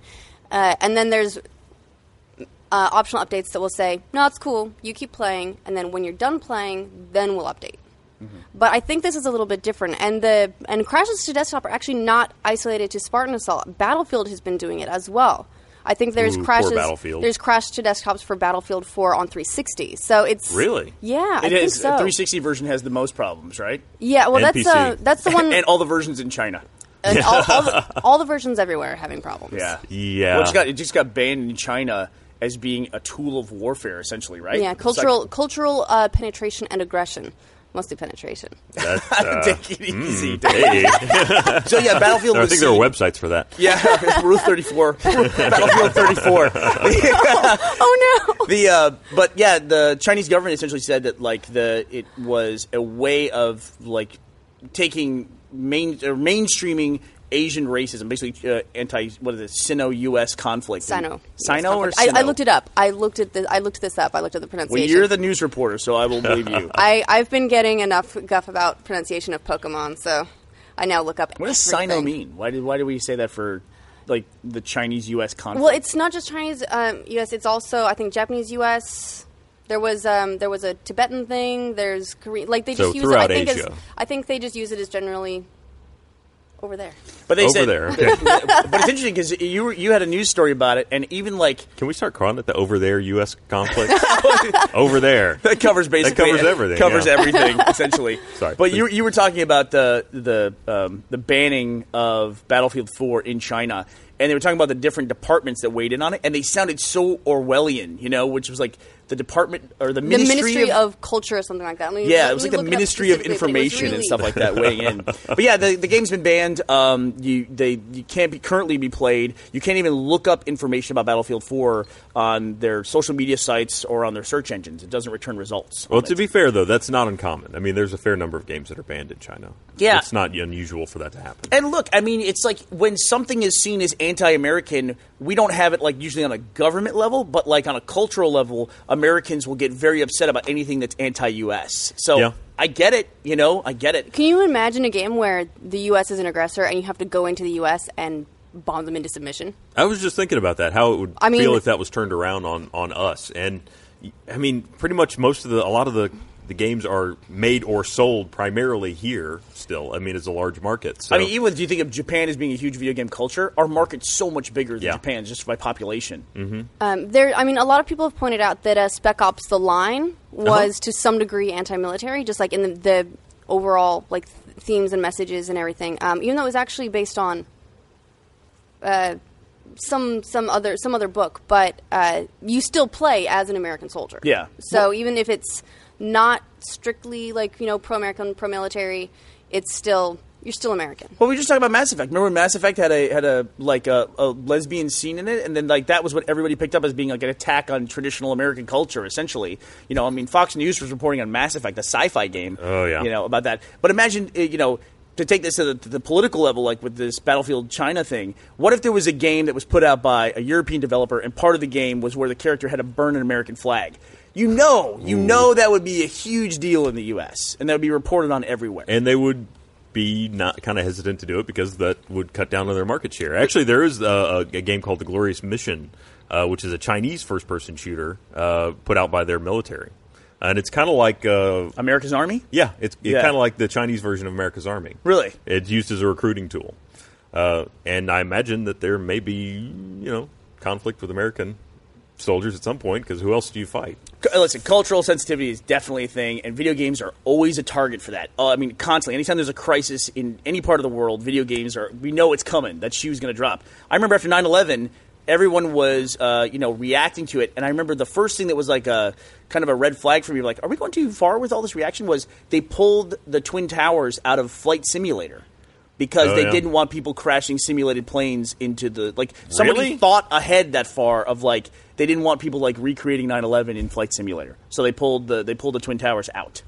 S4: uh, and then there's uh, optional updates that will say, no, it's cool, you keep playing, and then when you're done playing, then we'll update.
S2: Mm-hmm.
S4: But I think this is a little bit different, and the and crashes to desktop are actually not isolated to Spartan Assault. Battlefield has been doing it as well. I think there's
S3: Ooh, poor
S4: crashes.
S3: Battlefield.
S4: There's crash to desktops for Battlefield 4 on 360. So it's
S3: Really?
S4: yeah, I
S2: it
S4: think
S2: is.
S4: so.
S2: The 360 version has the most problems, right?
S4: Yeah, well
S3: And
S4: that's uh,
S3: PC.
S2: *laughs*
S4: that's the one.
S2: and all the versions in China.
S4: and all,
S2: *laughs*
S4: all, the, all the versions everywhere are having problems.
S2: Yeah,
S3: Yeah.
S2: Well, it just got it just got banned in China as being a tool of warfare, essentially, right?
S4: yeah,
S2: It's *laughs*
S4: cultural
S2: Like,
S4: cultural uh, penetration and aggression, mostly penetration. *laughs*
S3: That's, uh,
S2: take it easy. dude.
S3: hey.
S2: So yeah, Battlefield.
S3: I
S2: was
S3: think there
S2: seen-
S3: are websites for that.
S2: *laughs* Yeah, Rule
S3: *laughs*
S2: 34, Battlefield 34.
S4: oh no.
S2: the uh, but yeah, the Chinese government essentially said that like the it was a way of like taking main or mainstreaming Asian racism, basically uh, anti what is it Sino-U.S. conflict,
S4: Sino.
S2: Sino or
S4: I, I
S2: Sino?
S4: looked it up. I looked at the. I looked this up. I looked at the
S2: Well,
S4: pronunciation.
S2: you're the news reporter, so I will believe you.
S4: *laughs* I I've been getting enough guff about pronunciation of Pokemon, so I now look up.
S2: What does Sino
S4: everything.
S2: mean? Why did why do we say that for like the Chinese U.S. conflict?
S4: Well, it's not just Chinese um, U.S. It's also I think Japanese U.S. There was um, there was a Tibetan thing. There's Korean. Like they
S3: So
S4: just use
S3: throughout
S4: it. I think
S3: Asia.
S4: As, I think they just use it as generally over there.
S2: but they
S3: Over
S2: said, *laughs*
S3: there. Okay.
S2: but it's interesting because you were, you had a news story about it, and even like
S3: *laughs* Can we start calling it the over there U.S. *laughs* conflict? over there.
S2: *laughs* that covers basically e-,
S3: covers everything,
S2: covers
S3: yeah. *laughs*
S2: everything essentially.
S3: Sorry,
S2: but you
S3: please.
S2: you were talking about the the um, the banning of Battlefield 4 in China, and they were talking about the different departments that weighed in on it, and they sounded so Orwellian, you know, which was like the department or the
S4: The
S2: ministry,
S4: Ministry,
S2: of
S4: of, Culture or something like that. Let me-
S2: Yeah,
S4: let
S2: it was
S4: me
S2: like the
S4: look up
S2: Ministry of
S4: specifically, but it was
S2: Information and
S4: really-
S2: stuff like that weighing in. But yeah, the, the game's been banned. Um, you they you can't be currently be played. You can't even look up information about Battlefield 4 on their social media sites or on their search engines. It doesn't return results.
S3: Well,
S2: on
S3: to
S2: it.
S3: be fair, though, that's not uncommon. I mean, there's a fair number of games that are banned in China.
S2: Yeah.
S3: It's not unusual for that to happen.
S2: And look, I mean, it's like when something is seen as anti-American, we don't have it like usually on a government level, but like on a cultural level, Americans will get very upset about anything that's anti-U.S. So
S3: Yeah.
S2: I get it, you know, I get it.
S4: Can you imagine a game where the U.S. is an aggressor and you have to go into the U.S. and bomb them into submission?
S3: I was just thinking about that, how it would
S4: I mean-
S3: feel if that was turned around on, on us. And I mean, pretty much most of the, a lot of the, the games are made or sold primarily here still. I mean, it's a large market. So
S2: I mean, even with- do you think of Japan as being a huge video game culture? Our market's so much bigger than
S3: Yeah.
S2: Japan's just by population.
S4: Um, there, I mean, a lot of people have pointed out that uh, Spec Ops: The Line was to some degree anti-military, just like in the, the overall like th- themes and messages and everything. Um, even though it was actually based on uh, some some other some other book, but uh, you still play as an American soldier.
S2: Yeah.
S4: So even if it's not strictly like you know pro-American, pro-military, it's still you're still American.
S2: Well, we were just talking about Mass Effect. Remember when Mass Effect had a had a like a, a lesbian scene in it, and then like that was what everybody picked up as being like an attack on traditional American culture, essentially. You know, I mean, Fox News was reporting on Mass Effect, the sci-fi game.
S3: Oh, yeah.
S2: You know about that, but imagine uh, you know. To take this to the, to the political level, like with this Battlefield China thing, what if there was a game that was put out by a European developer, and part of the game was where the character had to burn an American flag? You know, you know that would be a huge deal in the U.S., and that would be reported on everywhere.
S3: and they would be not kind of hesitant to do it because that would cut down on their market share. Actually, there is a, a, a game called The Glorious Mission, uh, which is a Chinese first-person shooter uh, put out by their military, and it's kind of like uh,
S2: America's Army.
S3: yeah, it's, it's
S2: Yeah.
S3: kind of like the Chinese version of America's Army.
S2: Really?
S3: it's used as a recruiting tool, uh, and I imagine that there may be you know conflict with American soldiers at some point because who else do you fight?
S2: C- uh, Listen, cultural sensitivity is definitely a thing, and video games are always a target for that. Uh, I mean, constantly. Anytime there's a crisis in any part of the world, video games are. We know it's coming. That shoe's going to drop. I remember after 9 11, everyone was uh, you know reacting to it. And I remember the first thing that was like a kind of a red flag for me, like, are we going too far with all this reaction? Was they pulled the twin towers out of Flight Simulator because
S3: Oh,
S2: they
S3: yeah.
S2: didn't want people crashing simulated planes into the like somebody
S3: Really?
S2: thought ahead that far of like they didn't want people like recreating 9/11 in Flight Simulator, so they pulled the they pulled the twin towers out.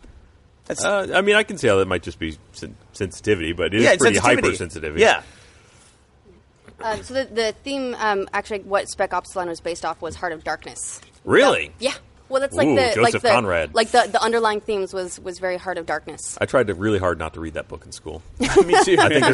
S3: Uh, I mean, I can see how that might just be sen- sensitivity, but it is
S2: yeah, it's
S3: pretty
S2: sensitivity.
S3: hypersensitive.
S2: Yeah. *laughs*
S4: Um, so the, the theme, um, actually, what Spec Ops: The Line was based off was Heart of Darkness.
S3: Really?
S4: Yeah. Well, that's like
S3: Ooh,
S4: the like
S3: Joseph
S4: the
S3: Conrad.
S4: like the, the underlying themes was was very Heart of Darkness.
S3: I tried to really hard not to read that book in *laughs* school.
S2: Me too.
S3: I
S2: man.
S3: think I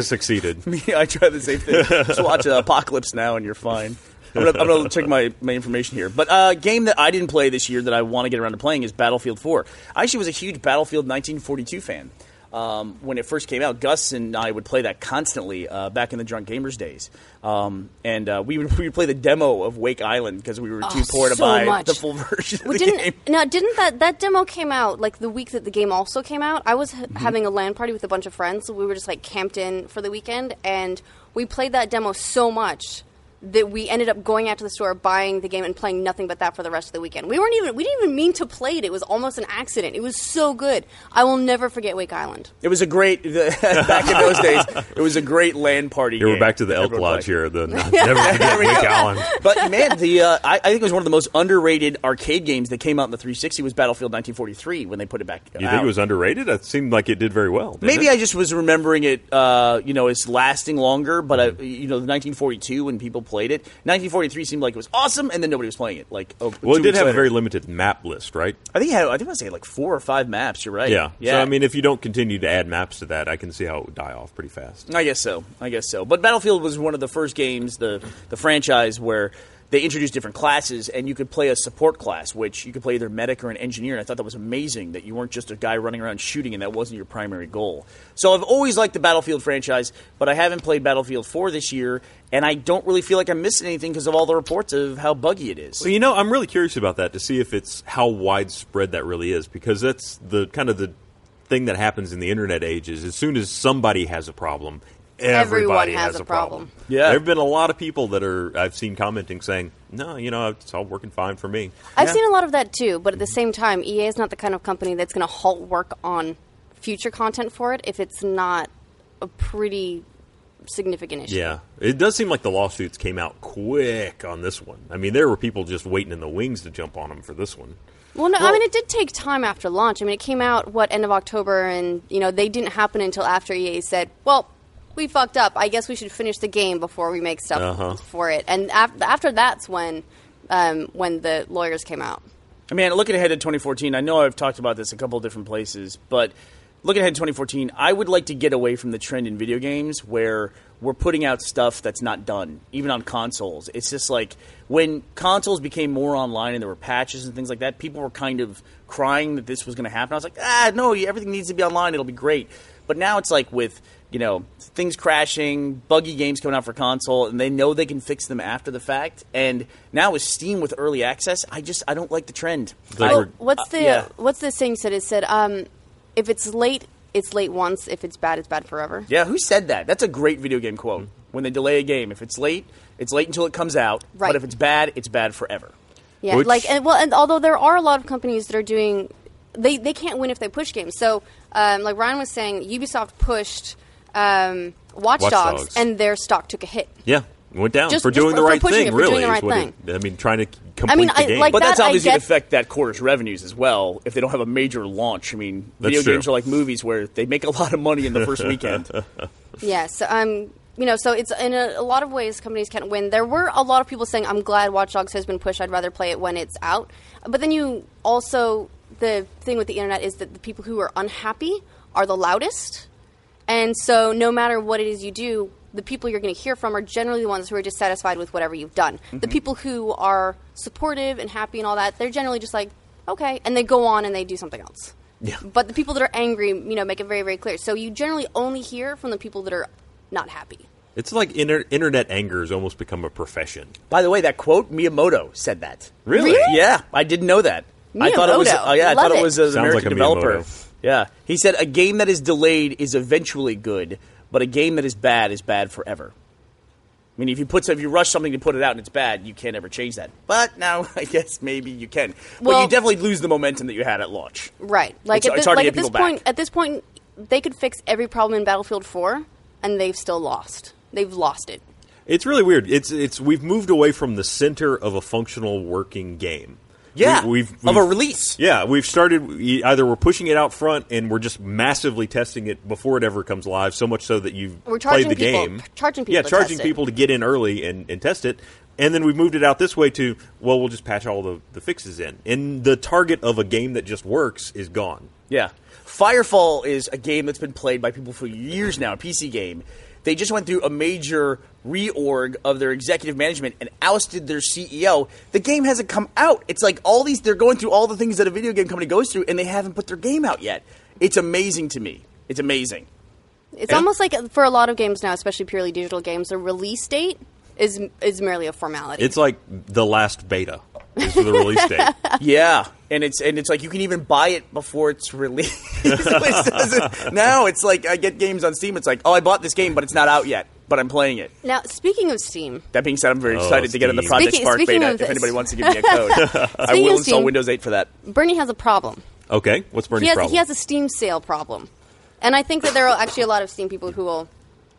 S2: *laughs*
S3: succeeded. *laughs*
S2: Me, I try the same thing. Just watch uh, Apocalypse Now and you're fine. I'm gonna, I'm gonna check my, my information here. But uh, game that I didn't play this year that I want to get around to playing is Battlefield 4. I actually was a huge Battlefield 1942 fan. Um, when it first came out, Gus and I would play that constantly uh, back in the drunk gamers days, um, and uh, we would we would play the demo of Wake Island because we were too
S4: Oh,
S2: poor to
S4: so
S2: buy
S4: much.
S2: the full *laughs* version. Of
S4: Well,
S2: the
S4: didn't
S2: game.
S4: now didn't that that demo came out like the week that the game also came out? I was
S3: Mm-hmm.
S4: h- having a LAN party with a bunch of friends, so we were just like camped in for the weekend, and we played that demo so much that we ended up going out to the store, buying the game, and playing nothing but that for the rest of the weekend. We weren't even we didn't even mean to play it. It was almost an accident. It was so good. I will never forget Wake Island.
S2: It was a great *laughs* back in those days. It was a great land party.
S3: Here, we're
S2: game
S3: back to the
S2: that
S3: Elk
S2: everyone
S3: Lodge
S2: played.
S3: here. *laughs* The not, never forget
S2: we
S3: Wake
S2: go.
S3: Island.
S2: but man, the uh, I, I think it was one of the most underrated arcade games that came out in the 360 was Battlefield 1943 when they put it back.
S3: You think
S2: out.
S3: it was underrated? It seemed like it did very well. didn't
S2: Maybe
S3: it?
S2: I just was remembering it, uh, you know, as lasting longer. But I, you know, the 1942 when people played it, 1943 seemed like it was awesome, and then nobody was playing it. Like, oh,
S3: Well,
S2: two
S3: it did
S2: weeks
S3: have a
S2: later.
S3: very limited map list, right?
S2: I think it had, I think I say like four or five maps. You're right.
S3: Yeah.
S2: yeah.
S3: So I mean, if you don't continue to add maps to that, I can see how it would die off pretty fast.
S2: I guess so. I guess so. But Battlefield was one of the first games, the the franchise where they introduced different classes, and you could play a support class, which you could play either medic or an engineer. And I thought that was amazing that you weren't just a guy running around shooting, and that wasn't your primary goal. So I've always liked the Battlefield franchise, but I haven't played Battlefield 4 this year, and I don't really feel like I'm missing anything because of all the reports of how buggy it is.
S3: Well, you know, I'm really curious about that to see if it's how widespread that really is, because that's the kind of the thing that happens in the internet age is as soon as somebody has a problem, everybody
S4: Everyone has a problem.
S2: Yeah.
S3: there have been a lot of people that are I've seen commenting saying, "No, you know, it's all working fine for me."
S4: I've
S2: Yeah.
S4: seen a lot of that too, but at the same time, EA is not the kind of company that's going to halt work on future content for it if it's not a pretty significant issue.
S3: Yeah, it does seem like the lawsuits came out quick on this one. I mean, there were people just waiting in the wings to jump on them for this one.
S4: Well, no, I mean it did take time after launch. I mean it came out what end of October, and you know they didn't happen until after EA said, "Well, we fucked up. I guess we should finish the game before we make stuff
S3: Uh-huh.
S4: for it." And af- after that's when um, when the lawyers came out.
S2: I mean, looking ahead to 2014, I know I've talked about this a couple of different places, but looking ahead to 2014, I would like to get away from the trend in video games where we're putting out stuff that's not done, even on consoles. It's just like when consoles became more online and there were patches and things like that, people were kind of crying that this was going to happen. I was like, ah, no, you- everything needs to be online, it'll be great. But now it's like with you know things crashing, buggy games coming out for console, and they know they can fix them after the fact. And now with Steam with early access, I just I don't like the trend.
S3: like
S2: I-
S3: we're-
S4: What's
S2: Uh,
S4: the
S2: yeah.
S4: what's the saying said? It said, um, "If it's late, it's late once. If it's bad, it's bad forever."
S2: yeah, who said that? That's a great video game quote.
S3: Mm-hmm.
S2: When they delay a game, if it's late, it's late until it comes out.
S4: Right.
S2: But if it's bad, it's bad forever.
S4: Yeah,
S3: Which-
S4: like and well, and although there are a lot of companies that are doing, they they can't win if they push games. So, um, like Ryan was saying, Ubisoft pushed um, Watch,
S3: Watch
S4: Dogs,
S3: Dogs.
S4: and their stock took a hit.
S3: Yeah, went down
S4: Just-
S3: for
S4: just
S3: doing
S4: for-
S3: the
S4: for
S3: right
S4: pushing
S3: thing.
S4: it, for
S3: really,
S4: doing the
S3: is
S4: right
S3: what
S4: thing.
S3: It, I mean, trying to c- complete
S4: I mean,
S3: the
S4: I-
S3: game.
S4: like
S2: But
S4: That
S2: that's
S4: I
S2: obviously going to
S4: get-
S2: affect that quarter's revenues as well if they don't have a major launch. I mean,
S3: That's
S2: video
S3: true.
S2: games are like movies where they make a lot of money in the
S3: *laughs*
S2: first weekend.
S4: Yeah, so um, you know, so it's in a, a lot of ways companies can't win. There were a lot of people saying, "I'm glad Watch Dogs has been pushed. I'd rather play it when it's out." But then you also the thing with the internet is that the people who are unhappy are the loudest, and so no matter what it is you do, the people you're going to hear from are generally the ones who are dissatisfied with whatever you've done. The people who are supportive and happy and all that, they're generally just like, "Okay," and they go on and they do something else.
S3: Yeah.
S4: But the people that are angry, you know, make it very, very clear. So you generally only hear from the people that are not happy.
S3: it's like inter- internet anger has almost become a profession.
S2: By the way, that quote Miyamoto said that.
S3: Really? Really?
S2: Yeah, I didn't know that. I thought it was.
S4: Miyamoto.
S2: oh, yeah, I
S4: Love
S2: thought it,
S4: it.
S2: was an
S3: Sounds
S2: American
S3: like a
S2: developer.
S3: Miyamoto.
S2: Yeah, he said a game that is delayed is eventually good, but a game that is bad is bad forever. I mean, if you put some, if you rush something to put it out and it's bad, you can't ever change that. But now *laughs* I guess maybe you can. but
S4: Well-
S2: you definitely lose the momentum that you had at launch.
S4: Right. Like
S2: It's-
S4: at
S2: it's
S4: this,
S2: hard to
S4: like
S2: get
S4: at this
S2: people
S4: point,
S2: back.
S4: at this point, they could fix every problem in Battlefield 4, and they've still lost. They've lost it.
S3: It's really weird. It's it's we've moved away from the center of a functional working game.
S2: Yeah,
S3: we, we've,
S2: of a
S3: we've-
S2: release.
S3: Yeah, we've started we- either we're pushing it out front and we're just massively testing it before it ever comes live, so much so that you've
S4: We're
S3: played
S4: charging
S3: the
S4: people-
S3: game.
S4: p- charging people
S3: Yeah,
S4: to
S3: charging
S4: test it.
S3: people to get in early and, and test it. And then we've moved it out this way to well, we'll just patch all the, the fixes in. And the target of a game that just works is gone.
S2: Yeah. Firefall is a game that's been played by people for years now, a PC game. They just went through a major reorg of their executive management and ousted their CEO. The game hasn't come out. It's like all these they're going through all the things that a video game company goes through and they haven't put their game out yet. It's amazing to me. It's amazing.
S4: It's
S3: Yeah.
S4: almost like uh, for a lot of games now, especially purely digital games, the release date is is merely a formality.
S3: It's like the last beta is the
S4: *laughs*
S3: release date.
S2: yeah. And it's and it's like you can even buy it before it's released. *laughs* Which doesn't- now it's like I get games on Steam, it's like, oh I bought this game but it's not out yet, but I'm playing it.
S4: now, speaking of Steam,
S2: That being said, I'm very excited to get on the
S3: Steve.
S2: Project
S4: Speaking-
S2: Spark
S4: speaking
S2: beta.
S4: of
S2: If
S4: this-
S2: anybody wants to give me a
S4: *laughs*
S2: code, I
S4: Speaking
S2: will
S4: of
S2: install
S4: Steam-
S2: Windows 8 for that.
S4: Bernie has a problem.
S3: Okay, what's Bernie's
S4: He has
S3: problem?
S4: he has a Steam sale problem, and I think that there are actually a lot of Steam people who will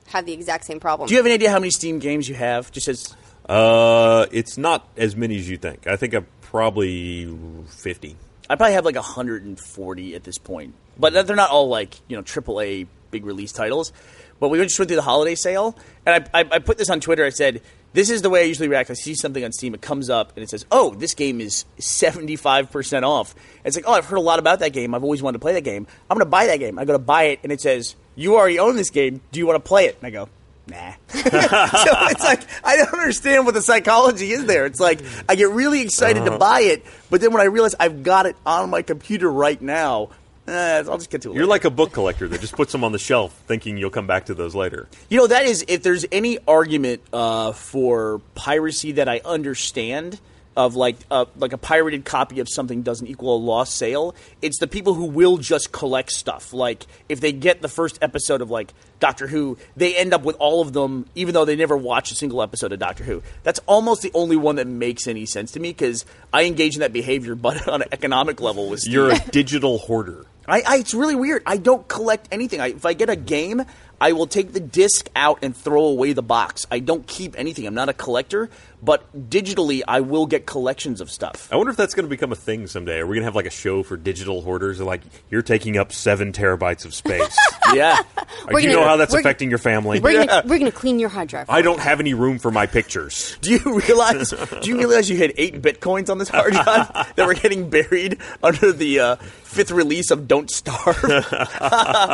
S4: have the exact same problem.
S2: Do you have any idea how many Steam games you have? Just as
S3: Uh, it's not as many as you think. I think I'm probably fifty.
S2: I probably have like 140 at this point, but they're not all like you know AAA big release titles. But we just went through the holiday sale, and I, I, I put this on Twitter. I said, "This is the way I usually react. I see something on Steam, it comes up, and it says, "Oh, this game is 75 percent off." And it's like, "Oh, I've heard a lot about that game. I've always wanted to play that game. I'm going to buy that game." I go to buy it, and it says, "You already own this game. Do you want to play it?" And I go, "Nah." *laughs* so it's like I don't understand what the psychology is there. It's like I get really excited to buy it, but then when I realize I've got it on my computer right now, eh, I'll just get to it.
S3: You're
S2: later.
S3: like a book collector that just puts them on the shelf, thinking you'll come back to those later.
S2: you know, that is if there's any argument uh, for piracy that I understand. Of like uh, like a pirated copy of something doesn't equal a lost sale. It's the people who will just collect stuff. Like if they get the first episode of like Doctor Who, they end up with all of them, even though they never watched a single episode of Doctor Who. That's almost the only one that makes any sense to me because I engage in that behavior, *laughs* but on an economic level with Steve.
S3: You're a digital hoarder.
S2: I, I it's really weird. I don't collect anything. I, if I get a game, I will take the disc out and throw away the box. I don't keep anything. I'm not a collector, but digitally, I will get collections of
S3: *laughs*
S2: stuff.
S3: I wonder if that's going to become a thing someday. Are we going to have like a show for digital hoarders? Like you're taking up seven terabytes of space.
S2: Yeah,
S3: Do you
S4: gonna-
S3: know how that's
S4: *laughs* we're-
S3: affecting your family?
S4: we're gonna, we're gonna clean your hard drive.
S3: I don't have any room for my pictures.
S2: do you realize? Do you realize you had eight bitcoins on this hard drive that were getting buried under the uh, fifth release of Don't Starve? *laughs* but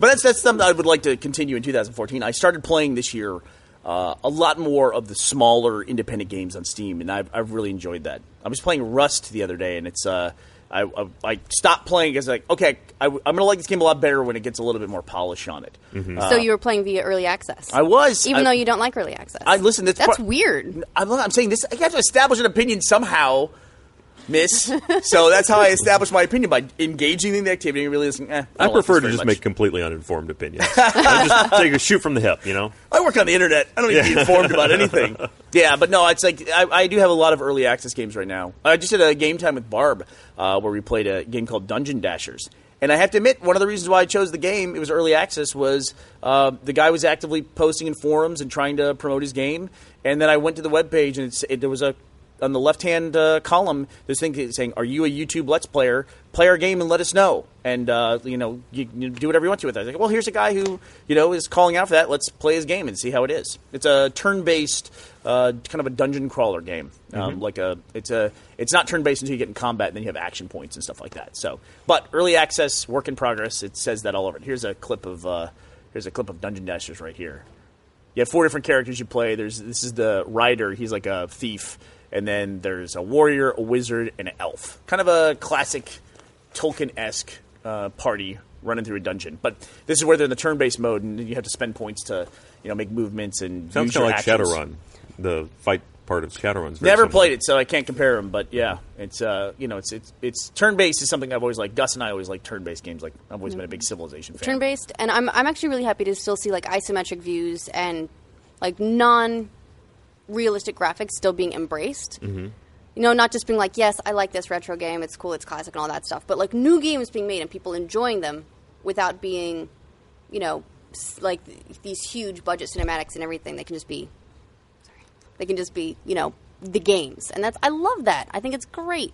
S2: that's that's something I would like to continue in 2014. I started playing this year. Uh, a lot more of the smaller independent games on Steam, and I've, I've really enjoyed that. I was playing Rust the other day, and it's uh, I, I, I stopped playing because like okay, I, am gonna like this game a lot better when it gets a little bit more polish on it.
S4: Mm-hmm.
S2: Uh,
S4: so you were playing via early access.
S2: I was
S4: even
S2: I-
S4: though you don't like early access.
S2: I listen. That's,
S4: That's
S2: part-
S4: weird.
S2: I'm, I'm saying this. I have to establish an opinion somehow, Miss. so that's how I establish my opinion by engaging in the activity and really listening. Eh, I,
S3: I
S2: don't like
S3: prefer
S2: this
S3: to
S2: very
S3: just
S2: much.
S3: make completely uninformed
S4: *laughs*
S3: opinions. I just take a shoot from the hip, you know.
S2: I work on the internet. I don't need to be informed about
S3: *laughs*
S2: anything. Yeah, but no, it's like I, I do have a lot of early access games right now. I just did a game time with Barb uh, where we played a game called Dungeon Dashers. And I have to admit, one of the reasons why I chose the game, it was early access, was uh, the guy was actively posting in forums and trying to promote his game. And then I went to the webpage and it's, it, there was a on the left hand uh, column, there's thing that's saying, "Are you a YouTube Let's Player? Play our game and let us know." And uh, you know, you, you do whatever you want to with it. I was like, well, here's a guy who you know is calling out for that. Let's play his game and see how it is. It's a turn-based, uh, kind of a dungeon crawler game. Um, like a, it's a, it's not turn-based until you get in combat, and then you have action points and stuff like that. So, but early access, work in progress. It says that all over it. Here's a clip of, uh, here's a clip of Dungeon Dashers right here. You have four different characters you play. There's this is the rider. He's like a thief, and then there's a warrior, a wizard, and an elf. Kind of a classic Tolkien esque uh, party running through a dungeon. But this is where they're in the turn based mode, and you have to spend points to you know make movements and
S3: Sounds
S2: use your
S3: kind of like
S2: actions.
S3: Shadowrun. The fight part of Shadowrun's very
S2: Never
S3: similar.
S2: played it, so I can't compare them. But yeah, it's uh, you know it's it's, it's turn based is something I've always liked. Gus and I always like turn based games. Like I've always been a big Civilization fan.
S4: turn based, and I'm I'm actually really happy to still see like isometric views and like non realistic graphics still being embraced. Mm-hmm. You know, not just being like, yes, I like this retro game, it's cool, it's classic, and all that stuff, but like new games being made and people enjoying them without being, you know, s- like th- these huge budget cinematics and everything. They can just be, sorry, they can just be, you know, the games, and that's I love that. I think it's great.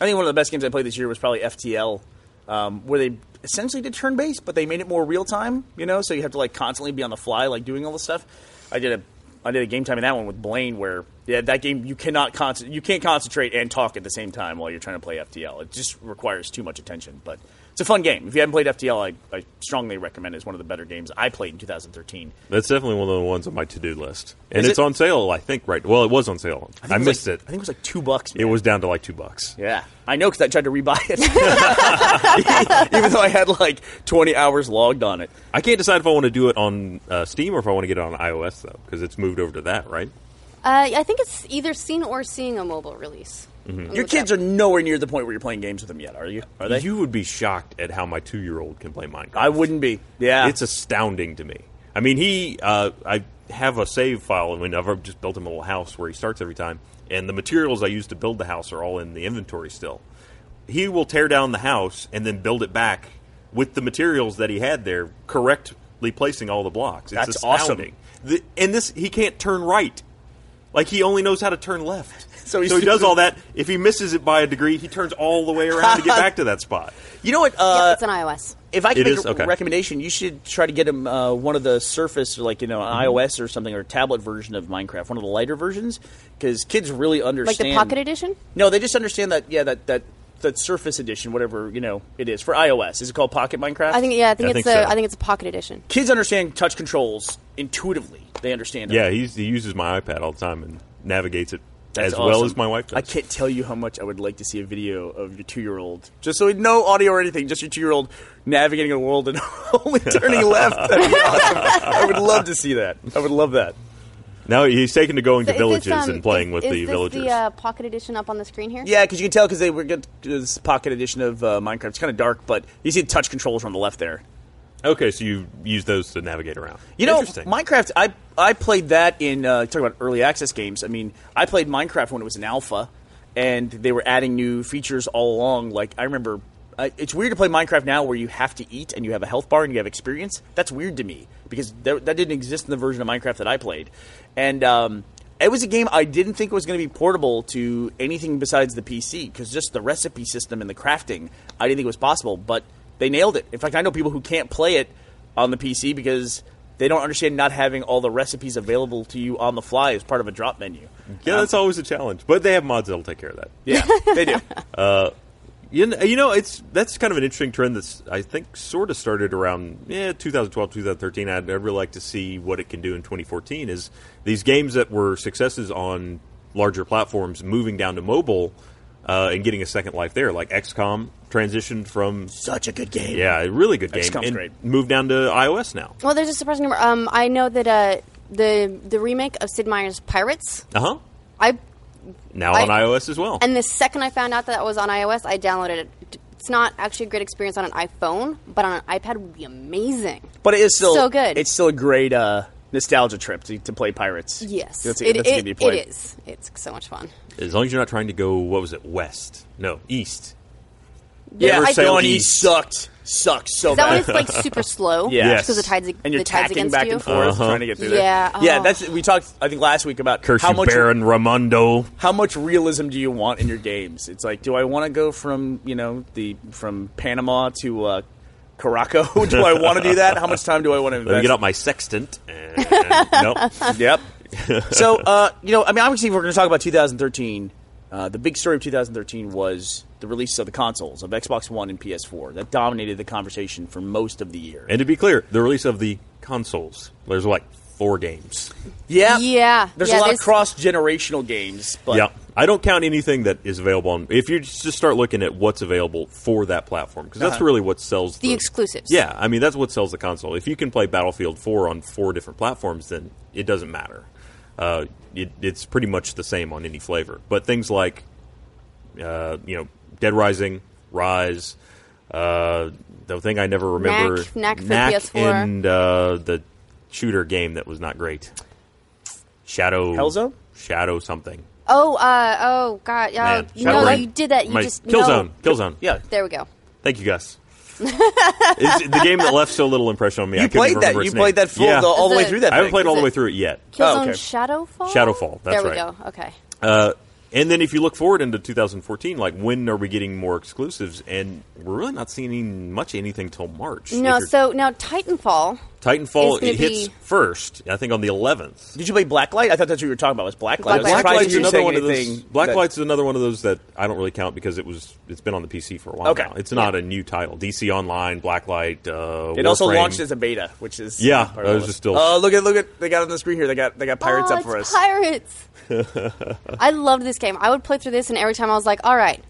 S2: I think one of the best games I played this year was probably FTL, um, where they essentially did turn based, but they made it more real time. You know, so you have to like constantly be on the fly, like doing all this stuff. I did a I did a game time in that one with Blaine, where yeah, that game you cannot con- you can't concentrate and talk at the same time while you're trying to play FTL. It just requires too much attention. But it's a fun game. If you haven't played FTL, I, I strongly recommend it. It's one of the better games I played in 2013.
S3: That's definitely one of the ones on my to do list, and
S2: Is
S3: it's
S2: it-
S3: on sale. I think right. Well, it was on sale.
S2: I,
S3: I,
S2: think was,
S3: missed
S2: like-
S3: it.
S2: I think it was like two bucks.
S3: It
S2: man.
S3: was down to like two bucks.
S2: Yeah, I know because I tried to rebuy it, *laughs* even though I had like 20 hours logged on it.
S3: I can't decide if I want to do it on uh, Steam or if I want to get it on iOS though, because it's moved over to that, right?
S4: Uh, I think it's either seen or seeing a mobile release.
S3: Mm-hmm.
S2: Your kids are nowhere near the point where you're playing games with them yet, are you? Are they?
S3: You would be shocked at how my two-year-old can play Minecraft.
S2: I wouldn't be. Yeah,
S3: It's astounding to me. I mean, he, uh, I have a save file, and mean, I've just built him a little house where he starts every time, and the materials I use to build the house are all in the inventory still. He will tear down the house and then build it back with the materials that he had there, correctly placing all the blocks. It's
S2: That's awesome.
S3: astounding. The, and this, he can't turn right. Like he only knows how to turn left,
S2: *laughs* So he's-
S3: he does all that. If he misses it by a degree, he turns all the way around to get back to that spot.
S2: you know what?
S4: Yep,
S2: Uh,
S4: it's on iOS.
S2: if I can
S3: It
S2: make
S3: is?
S2: a
S3: Okay.
S2: recommendation, you should try to get him uh, one of the Surface, or like you know,
S3: Mm-hmm.
S2: iOS or something, or tablet version of Minecraft, one of the lighter versions, because kids really
S4: Like
S2: understand.
S4: the Pocket Edition?
S2: No, they just understand that. Yeah, that that that Surface Edition, whatever you know, it is for iOS. Is it called Pocket Minecraft?
S4: I think yeah, I think
S3: I
S4: it's
S3: think
S4: a I
S3: so.
S4: think it's a Pocket Edition.
S2: kids understand touch controls intuitively. They understand. them.
S3: Yeah, he's, he uses my iPad all the time and navigates it
S2: That's
S3: as well
S2: awesome.
S3: as my wife does.
S2: I can't tell you how much I would like to see a video of your two-year-old, just so no audio or anything, just your two-year-old navigating a world and *laughs* only turning left. That'd be awesome. I would love to see that. I would love that.
S3: Now he's taken to going to
S4: So is
S3: villages
S4: this, um,
S3: and playing
S4: is-
S3: with
S4: is
S3: the
S4: this
S3: villagers.
S4: The uh, Pocket Edition up on the screen here.
S2: Yeah, because you can tell because they were good. This pocket edition of uh, Minecraft. It's kind of dark, but you see the touch controls on the left there.
S3: okay, so you use those to navigate around.
S2: You know,
S3: Interesting.
S2: Minecraft. I I played that in uh, talking about early access games. I mean, I played Minecraft when it was an alpha, and they were adding new features all along. Like I remember, I, it's weird to play Minecraft now where you have to eat and you have a health bar and you have experience. That's weird to me because there, that didn't exist in the version of Minecraft that I played, and. Um, it was a game I didn't think was going to be portable to anything besides the PC because just the recipe system and the crafting, I didn't think was possible. But they nailed it. In fact, I know people who can't play it on the PC because they don't understand not having all the recipes available to you on the fly as part of a drop menu.
S4: Mm-hmm.
S3: yeah, that's always a challenge, but they have mods that'll take care of that.
S4: *laughs*
S2: Yeah, they do.
S3: You kn- you know, it's that's kind of an interesting trend that's I think sort of started around yeah 2012 2013. I'd, I'd really like to see what it can do in 2014. Is these games that were successes on larger platforms moving down to mobile uh, and getting a second life there, like XCOM transitioned from
S2: Such a good game.
S3: yeah, a really good game
S2: XCOM's
S3: and
S2: great.
S3: moved down to iOS now.
S4: Well, there's a surprising number. Um, I know that uh, the the remake of Sid Meier's Pirates.
S3: Uh huh.
S4: I
S3: Now
S4: I-
S3: on iOS as well.
S4: and the second I found out that that was on iOS, I downloaded it. It's not actually a great experience on an iPhone, but on an iPad would be amazing.
S2: but it is still
S4: So good.
S2: It's still a great uh, nostalgia trip to, to play pirates.
S4: Yes,
S2: that's,
S4: it,
S2: that's
S4: it-
S2: gonna be played.
S4: it is. It's so much fun.
S3: as long as you're not trying to go, what was it, west? No, east.
S2: Yeah,
S3: Never
S2: I
S3: sail
S2: going
S3: east.
S2: sucked, sucks so
S4: Is that when
S2: bad. *laughs*
S4: it's like super slow?
S2: Yeah. Yes.
S4: because the tides
S2: and you're
S4: the tides
S2: tacking
S4: against
S2: back
S4: you.
S2: and forth, trying to get through
S4: Yeah,
S2: there. Yeah,
S4: oh.
S2: that's we talked. I think last week about
S3: Curse
S2: how
S3: you,
S2: much
S3: Baron Ramondo.
S2: how much realism do you want in your games? It's like, do I want to go from you know the from Panama to uh, Caraco? *laughs* do I want to do that? How much time do I want to
S3: Let me
S2: invest?
S3: get out my sextant. And, *laughs* nope.
S2: Yep. *laughs* so uh, you know, I mean, obviously, we're going to talk about 2013. Uh, the big story of 2013 was the release of the consoles of Xbox One and PS4. That dominated the conversation for most of the year.
S3: And to be clear, the release of the consoles. There's like four games.
S2: yeah,
S4: Yeah,
S2: There's
S4: yeah,
S2: a lot
S4: there's-
S2: of cross generational games, but
S3: yeah, I don't count anything that is available on. If you just start looking at what's available for that platform, because that's
S2: Uh-huh.
S3: really what sells
S4: The exclusives.
S3: Yeah, I mean that's what sells the console. If you can play Battlefield 4 on four different platforms, then it doesn't matter. Uh, it, it's pretty much the same on any flavor. But things like, uh, you know, Dead Rising, Rise, uh, the thing I never remember,
S4: Knack for
S3: Knack
S4: PS4.
S3: and uh, the shooter game that was not great. Shadow
S2: Hellzone?
S3: Shadow something.
S4: Oh, uh, oh, God. Yeah,
S3: Man,
S4: no,
S3: Shadow
S4: no,
S3: Brain.
S4: you did that. You
S3: My-
S4: just
S3: Killzone.
S4: no.
S3: Killzone.
S2: Yeah.
S4: There we go.
S3: Thank you, Gus. *laughs* it's the game that left so little impression on me. I
S2: You
S3: couldn't
S2: played that.
S3: remember
S2: You
S3: its name.
S2: played that full
S3: yeah.
S2: the, all the
S4: Is
S2: way
S4: it-
S2: through that.
S3: I haven't
S2: thing.
S3: played all the
S4: Is
S3: way
S4: it-
S3: through it yet.
S4: Killzone
S2: Oh, okay.
S4: Shadowfall.
S3: Shadowfall, that's
S4: there we
S3: right.
S4: go. Okay.
S3: Uh, and then if you look forward into 2014, like when are we getting more exclusives? And we're really not seeing any, much anything till March.
S4: No,
S3: If you're-
S4: so now Titanfall.
S3: Titanfall
S4: it's gonna
S3: it hits
S4: be-
S3: first, I think on the 11th.
S2: Did you play Blacklight? I thought that's what you were talking about. Was Blacklight? I was
S4: Blacklight's
S2: surprised
S4: Blacklight's
S2: you didn't
S3: another
S2: say
S3: one of those.
S2: anything that-
S3: Blacklight's another one of those that I don't really count because it was it's been on the PC for a while.
S2: Okay.
S3: now. it's not a new title. DC Online, Blacklight. Uh,
S2: It also
S3: Warframe.
S2: launched as a beta, which is
S3: Yeah,
S2: part of
S3: those
S2: the-
S3: are still-
S2: Oh, look at look at they got on the screen here. They got they got pirates
S4: oh,
S2: up for
S4: it's
S2: us. *laughs*
S4: Pirates. I loved this game. I would play through this, and every time I was like, all right,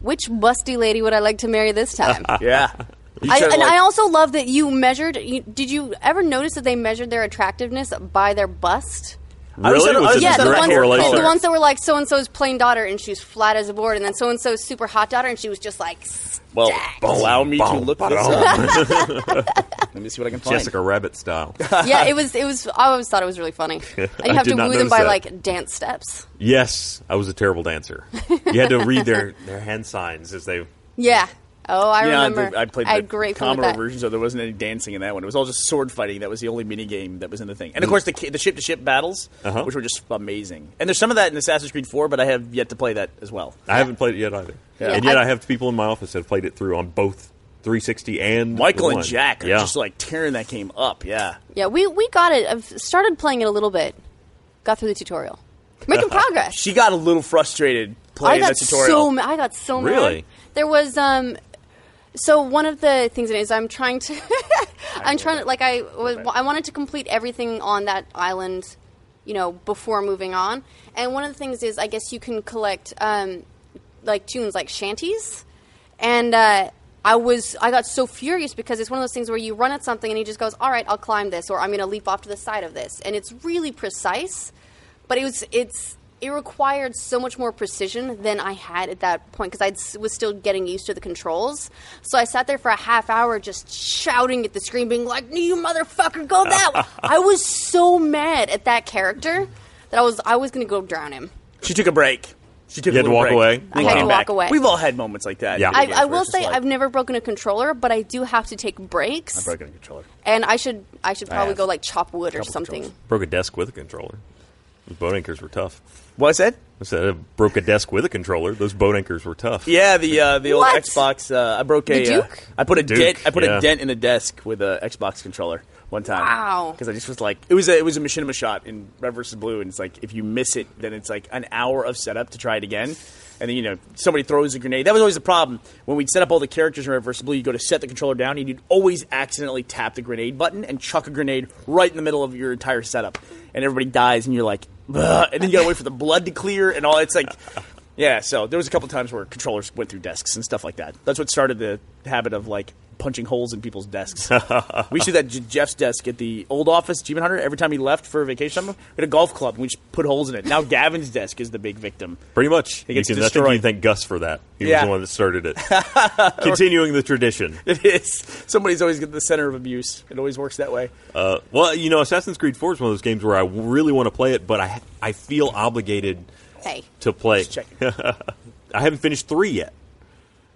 S4: which busty lady would I like to marry this time?
S2: yeah, *laughs* You
S4: *laughs* I,
S2: said,
S4: and
S2: like-
S4: I also love that you measured. You, did you ever notice that they measured their attractiveness by their bust?
S2: I was
S3: Really?
S2: at a-
S3: Was
S2: I was
S3: it a
S2: at
S4: Yeah,
S2: a
S4: the
S3: direct
S4: ones,
S3: correlation?
S4: the, the ones that were like so and so's plain daughter, and she was flat as a board, and then so and so's super hot daughter, and she was just like stacked.
S2: Well, allow me to
S3: Boom,
S2: look this
S3: ba-dum.
S2: up. Let me see what I can find.
S3: Jessica Rabbit style.
S4: yeah, it was. It was. I always thought it was really funny. And you
S3: I
S4: have
S3: did
S4: to
S3: not
S4: woo them
S3: notice
S4: by
S3: that.
S4: like dance steps.
S3: *laughs* yes, I was a terrible dancer. You had to read their, their hand signs as they.
S4: Yeah. Oh, I
S2: yeah,
S4: remember.
S2: the, I played
S4: I
S2: the
S4: had great fun with
S2: Commodore
S4: that.
S2: version, so there wasn't any dancing in that one. It was all just sword fighting. That was the only mini game that was in the thing. And of course, the ki- the ship to ship battles,
S3: Mm. Uh-huh.
S2: which were just amazing. And there's some of that in Assassin's Creed 4, but I have yet to play that as well.
S3: I haven't played it yet either,
S2: Yeah.
S3: and yet
S4: I-
S3: I, have people in my office that have played it through on both 360 and
S2: Michael
S3: the
S2: and
S3: one.
S2: Jack are
S3: Yeah.
S2: just like tearing that game up. Yeah,
S4: Yeah, we we got it. I've started playing it a little bit. Got through the tutorial. Making progress.
S2: she got a little frustrated
S4: I
S2: playing
S4: got
S2: that tutorial.
S4: so ma- I got so mad.
S3: Really?
S4: There was um. So one of the things in it is I'm trying to, *laughs* I'm trying to like I was, I wanted to complete everything on that island, you know, before moving on. And one of the things is I guess you can collect um, like tunes like shanties, and uh, I was I got so furious because it's one of those things where you run at something and he just goes, all right, I'll climb this, or I'm going to leap off to the side of this, and it's really precise but it was it's it required so much more precision than I had at that point because I was still getting used to the controls. So I sat there for a half hour just shouting at the screen, being like, "You motherfucker, go that
S3: *laughs*
S4: way!" I was so mad at that character that I was I was going to go drown him.
S2: She took a break. She took
S3: You
S2: a
S3: had to
S2: little
S3: walk
S2: break.
S3: away?
S2: We
S3: I had
S2: came
S3: to
S2: back.
S4: walk away.
S2: We've all had moments like that. in
S3: Yeah.
S2: video
S4: I,
S2: games
S4: I
S2: where
S4: will
S2: it's just
S4: say
S2: like,
S4: I've never broken a controller, but I do have to take breaks.
S2: I've broken a controller.
S4: and I should I should probably
S2: have.
S4: go like chop wood or
S2: Couple
S4: something.
S2: controllers.
S3: broke a desk with a controller. Those boat anchors were tough.
S2: What I said?
S3: I said I broke a desk with a controller. Those boat anchors were tough.
S2: Yeah, the uh, the old
S4: What?
S2: Xbox. Uh, I broke a.
S4: The
S2: uh,
S4: Duke?
S2: I put a
S3: Duke,
S2: dent. I put a
S3: yeah.
S2: dent in a desk with a Xbox controller one time.
S4: Wow.
S2: Because I just was like, it was a it was a machinima shot in Red versus Blue, and it's like if you miss it, then it's like an hour of setup to try it again. And then you know somebody throws a grenade. That was always the problem when we'd set up all the characters in Red versus Blue. You go to set the controller down, and you'd always accidentally tap the grenade button and chuck a grenade right in the middle of your entire setup, and everybody dies, and you're like, "Ugh," and then you gotta wait for the blood to clear and all. It's like yeah, so there was a couple times where controllers went through desks and stuff like that. That's what started the habit of like punching holes in people's desks. we used to do that at J- Jeff's desk at the old office, Demon Hunter. Every time he left for vacation, somewhere, we had a golf club and we just put holes in it. Now Gavin's desk is the big victim. *laughs*
S3: Pretty much.
S2: It gets
S3: you can, I think you
S2: destroyed.
S3: thank Gus for that. He
S2: Yeah.
S3: was the one that
S2: *laughs*
S3: started it. Continuing the tradition.
S2: It is somebody's always at the center of abuse. It always works that way.
S3: Uh, well, you know, Assassin's Creed 4 is one of those games where I really want to play it, but I I feel obligated
S4: Hey,
S3: to play.
S2: Check.
S3: I haven't finished 3 yet.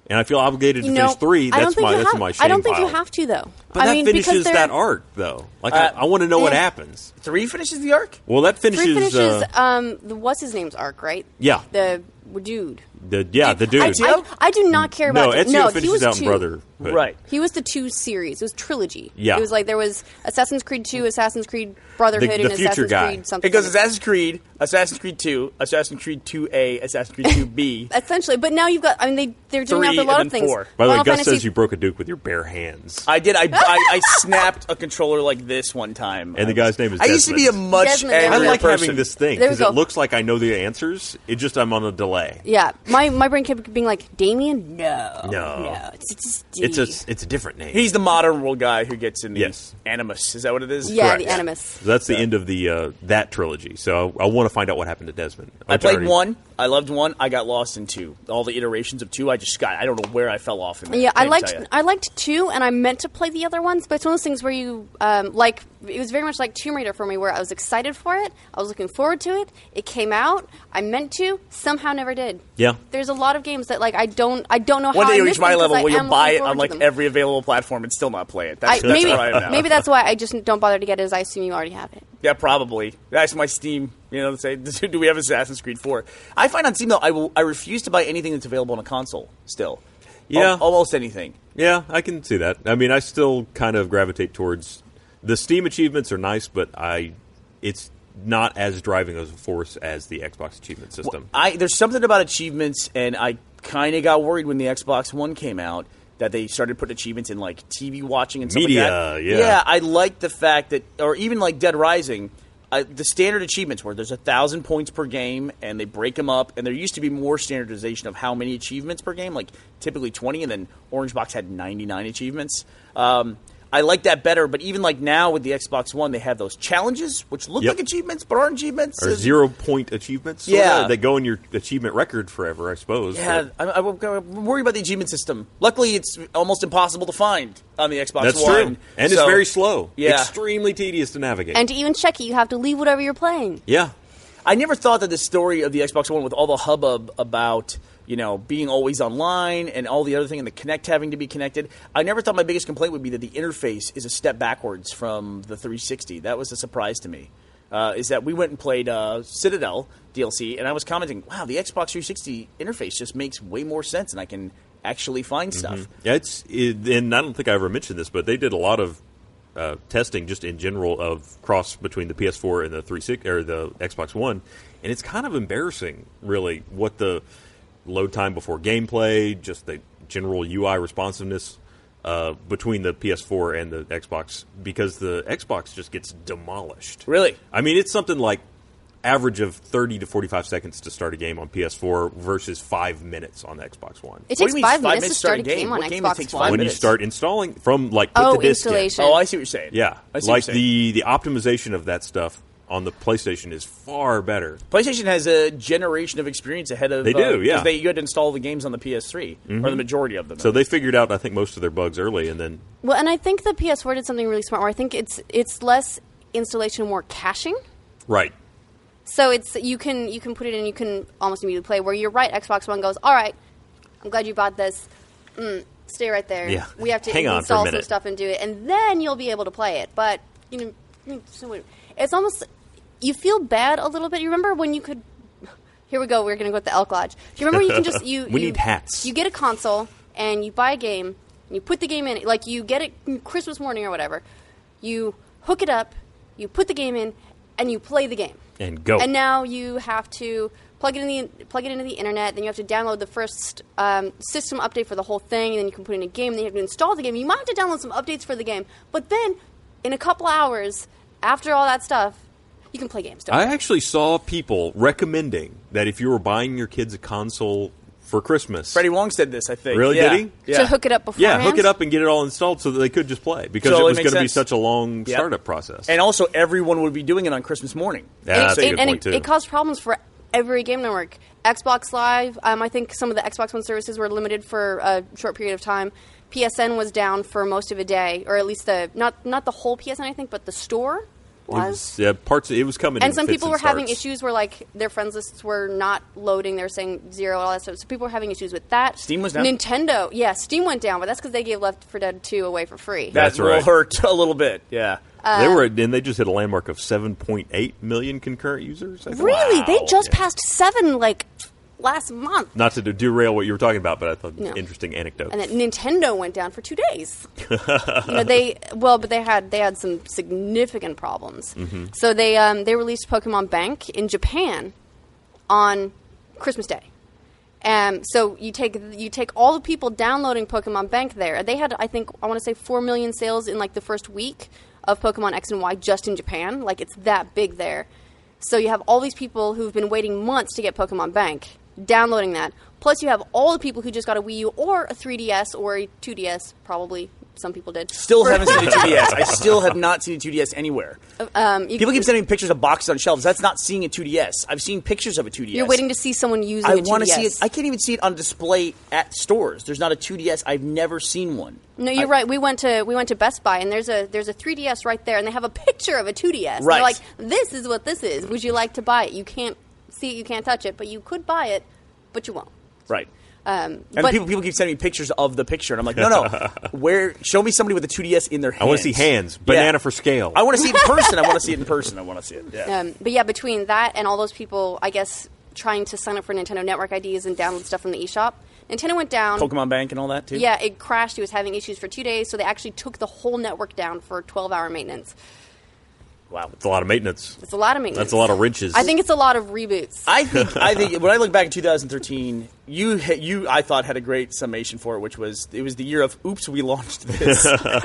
S3: And I feel obligated
S4: you
S3: to
S4: know,
S3: finish 3.
S4: I don't
S3: That's
S4: think
S3: my
S4: you
S3: that's
S4: have.
S3: my shame
S4: I don't think you
S3: pile.
S4: have to though.
S3: But
S4: I
S3: that
S4: mean, because
S3: finishes
S4: they're-
S3: that arc though. Like
S2: Uh,
S3: I, I want to know what
S4: yeah.
S3: happens.
S2: *laughs* Three finishes the arc.
S3: Well, that finishes,
S4: Three finishes
S3: uh,
S4: um the what's his name's arc, right?
S3: Yeah.
S4: The dude.
S3: the yeah, the dude.
S4: I, I,
S2: Ezio?
S4: I do not care
S3: no,
S4: about
S3: Ezio
S4: no, he
S3: finishes
S4: was
S3: out
S4: two.
S3: in Brotherhood.
S2: Right.
S4: He was the two series. It was trilogy.
S3: Yeah.
S4: It was like there was Assassin's Creed 2, Assassin's Creed Brotherhood,
S3: The- the
S4: and
S3: future
S4: Assassin's
S3: guy.
S4: Creed something.
S2: It goes Assassin's Creed, Assassin's Creed Two, Assassin's Creed Two A, Assassin's Creed Two B.
S4: Essentially, but now you've got. I mean, they they're doing
S2: Three
S4: that with a
S2: and
S4: lot
S2: then
S4: of things.
S2: four.
S3: By the way,
S4: Final
S3: Gus
S4: Fantasy-
S3: says you broke a duke with your bare hands.
S2: I did. I, I, I snapped a controller like this one time.
S3: And the guy's name is
S2: I used to be a
S3: Desmond.
S2: much
S4: Desmond, yeah.
S3: I
S2: angrier
S4: Every
S3: like
S2: person.
S3: having this thing
S4: There we
S3: because
S4: go.
S3: it looks like I know the answers. It just I'm on a delay.
S4: Yeah, my my brain kept being like Damien. No,
S3: No.
S4: no, it's just D.
S3: It's a it's a different name.
S2: He's the modern world guy who gets in the
S3: Yes.
S2: animus. Is that what it is?
S4: yeah,
S3: correct.
S4: the Animus.
S3: So that's the end of the uh, that trilogy. So I, I want want to find out what happened to Desmond.
S2: I
S3: Which
S2: played
S3: already-
S2: one. I loved one. I got lost in two. All the iterations of two, I just got. I don't know where I fell off. In that,
S4: Yeah, I
S2: can't
S4: liked
S2: tell ya.
S4: I liked two, and I meant to play the other ones, but it's one of those things where you um, like it was very much like Tomb Raider for me, where I was excited for it, I was looking forward to it, it came out, I meant to, somehow never did.
S3: Yeah.
S4: there's a lot of games that like I don't I don't know
S2: One
S4: how
S2: day
S4: I
S2: you
S4: missed
S2: reach my
S4: them 'cause
S2: level
S4: I
S2: where
S4: am
S2: you'll buy
S4: looking
S2: it
S4: forward
S2: on
S4: to
S2: like
S4: them.
S2: every available platform and still not play it.
S4: I,
S2: *laughs* That's, that's
S4: maybe
S2: where I am now.
S4: maybe that's why I just don't bother to get it. As I assume you already have it.
S2: Yeah, probably. That's my Steam. You know, say, *laughs* do we have Assassin's Creed Four? I find on Steam though, I will. I refuse to buy anything that's available on a console. Still,
S3: Yeah.
S2: Al- almost anything.
S3: Yeah, I can see that. I mean, I still kind of gravitate towards the Steam achievements are nice, but I it's not as driving as a force as the Xbox achievement system.
S2: I there's something about achievements, and I kind of got worried when the Xbox One came out that they started putting achievements in like TV watching and stuff
S3: Media,
S2: like that.
S3: yeah.
S2: yeah. I like the fact that, or even like Dead Rising, I, the standard achievements where there's a thousand points per game, and they break them up. And there used to be more standardization of how many achievements per game, like typically twenty, and then Orange Box had ninety nine achievements. Um, I like that better, but even like now with the Xbox One, they have those challenges, which look
S3: Yep.
S2: like achievements but aren't achievements.
S3: or
S2: It's-
S3: zero point achievements, sorta,
S2: Yeah.
S3: that go in your achievement record forever, I suppose.
S2: Yeah,
S3: but-
S2: I, I, I worry about the achievement system. Luckily, it's almost impossible to find on the Xbox
S3: that's
S2: One.
S3: true, and
S2: So-
S3: it's very slow.
S2: Yeah,
S3: extremely tedious to navigate.
S4: And to even check it, you have to leave whatever you're playing.
S3: yeah,
S2: I never thought that the story of the Xbox One, with all the hubbub about you know being always online and all the other thing, and the Connect having to be connected, I never thought my biggest complaint would be that the interface is a step backwards from the 360. That was a surprise to me. Uh, is that we went and played uh, Citadel DLC, and I was commenting, "Wow, the Xbox 360 interface just makes way more sense, and I can actually find
S3: Mm-hmm.
S2: stuff."
S3: Yeah, it's it, and I don't think I ever mentioned this, but they did a lot of uh, testing just in general of cross between the PS4 and the three six or the Xbox One, and it's kind of embarrassing, really, what the load time before gameplay, just the general UI responsiveness. Uh, between the PS4 and the Xbox, because the Xbox just gets demolished.
S2: Really?
S3: I mean, it's something like average of 30 to 45 seconds to start a game on PS4 versus five minutes on the Xbox One
S4: It
S2: do you
S4: takes
S2: mean
S4: five,
S2: five
S4: minutes to
S2: minutes
S4: start a
S2: to start a
S4: game,
S2: game?
S4: on
S2: What game
S4: Xbox
S2: takes five
S4: One.
S3: when
S2: minutes?
S3: you start installing from like put
S4: Oh,
S3: the disc in.
S4: installation.
S2: Oh, I see what you're saying.
S3: Yeah,
S2: I see
S3: like
S2: what you're
S3: the the optimization of that stuff on the PlayStation is far better.
S2: saying. PlayStation has a generation of experience ahead of
S3: They do,
S2: uh, 'cause
S3: yeah.
S2: they, Mm-hmm. you had to install the games on the PS3 or the majority of them.
S3: So they figured out I think most of their bugs early, and then
S4: Well, and I think the PS4 did something really smart. Where I think it's it's less installation, more caching.
S3: right.
S4: So it's you can you can put it in, you can almost immediately play. Where you're right, Xbox One goes, all right, I'm glad you bought this. Mm, stay right there.
S3: Yeah.
S4: we have to
S3: Hang on for a
S4: install some
S3: minute.
S4: stuff and do it, and then you'll be able to play it. But you know, mm, so it- it's almost you feel bad a little bit. You remember when you could. Here we go. We're going to go with the Elk Lodge. Do you remember you can
S3: *laughs*
S4: just you?
S3: We
S4: you-
S3: need hats.
S4: You get a console and you buy a game and you put the game in. Like you get it Christmas morning or whatever. You hook it up. You put the game in and you play the game.
S3: And go.
S4: And now you have to plug it in the plug it into the internet. Then you have to download the first um, system update for the whole thing. And then you can put it in a game. Then you have to install the game. You might have to download some updates for the game. But then, in a couple hours after all that stuff, you can play games. Don't
S3: I
S4: you?
S3: actually saw people recommending that if you were buying your kids a console for Christmas,
S2: Freddie Wong said this, I think.
S3: Really?
S2: yeah.
S3: Did he?
S2: Yeah.
S4: To hook it up beforehand.
S3: yeah, hook it up and get it all installed so that they could just play because
S2: Totally
S3: it was
S2: makes
S3: going to be
S2: sense.
S3: such a long
S2: Yep.
S3: startup process.
S2: And also, everyone would be doing it on Christmas morning.
S3: Yeah, that's
S4: it,
S3: a good
S4: and
S3: point
S4: it,
S3: too.
S4: it caused problems for every game network. Xbox Live. Um, I think some of the Xbox One services were limited for a short period of time. PSN was down for most of a day, or at least the not not the whole PSN, I think, but the store
S3: It
S4: was.
S3: was- yeah, parts. It was coming. in
S4: and some
S3: fits
S4: people were having
S3: starts.
S4: issues where like their friends lists were not loading. They were saying zero, all that stuff. So people were having issues with that.
S2: Steam was down?
S4: Nintendo, yeah, Steam went down, but that's because they gave Left 4 Dead 2 away for free.
S2: That
S3: That's
S2: will
S3: right.
S2: hurt a little bit. Yeah.
S4: Uh,
S3: they were, and they just hit a landmark of 7.8 million concurrent users. I think.
S4: really, they
S3: Wow.
S4: just
S3: Yeah.
S4: passed seven like last month,
S3: Not to derail what you were talking about, but I thought
S4: No.
S3: interesting anecdote.
S4: and that Nintendo went down for two days. you know, they well, but they had they had some significant problems. So they um, they released Pokemon Bank in Japan on Christmas Day. Um, so you take you take all the people downloading Pokemon Bank there. They had I think I want to say four million sales in like the first week of Pokemon X and Y just in Japan. Like it's that big there. So you have all these people who've been waiting months to get Pokemon Bank downloading that. Plus you have all the people who just got a Wii U or a 3DS or a 2DS probably some people did.
S2: Still haven't
S4: *laughs*
S2: seen a 2DS. I still have not seen a 2DS anywhere.
S4: Um, you,
S2: People keep sending me pictures of boxes on shelves. That's not seeing a 2DS. I've seen pictures of a 2DS.
S4: You're waiting to see someone using.
S2: I
S4: a
S2: want to
S4: 2DS.
S2: see it. I can't even see it on display at stores. There's not a 2DS. I've never seen one.
S4: No, you're right. We went to we went to Best Buy and there's a there's a 3DS right there, and they have a picture of a 2DS. And
S2: Right.
S4: They're like, this is what this is. Would you like to buy it? You can't see it, you can't touch it, but you could buy it, but you won't.
S2: Right.
S4: Um,
S2: And
S4: but
S2: people, people keep sending me pictures of the picture, and I'm like, no,
S3: *laughs*
S2: no. Where? Show me somebody with a 2DS in their hand.
S3: I want to see hands. Banana for scale.
S2: I want to see it in person. I want to see it in person. I want to see it. Yeah.
S4: *laughs* um, but yeah, between that and all those people, I guess trying to sign up for Nintendo Network IDs and download stuff from the eShop, Nintendo went down.
S2: Pokemon Bank and all that too.
S4: Yeah, it crashed. It was having issues for two days, so they actually took the whole network down for 12 hour maintenance.
S2: Wow.
S3: It's a lot of maintenance.
S4: It's a lot of maintenance.
S3: That's a lot of wrenches.
S4: I think it's a lot of reboots.
S2: I think I think when I look back at 2013, you ha- you I thought had a great summation for it, which was it was the year of oops, we launched this. But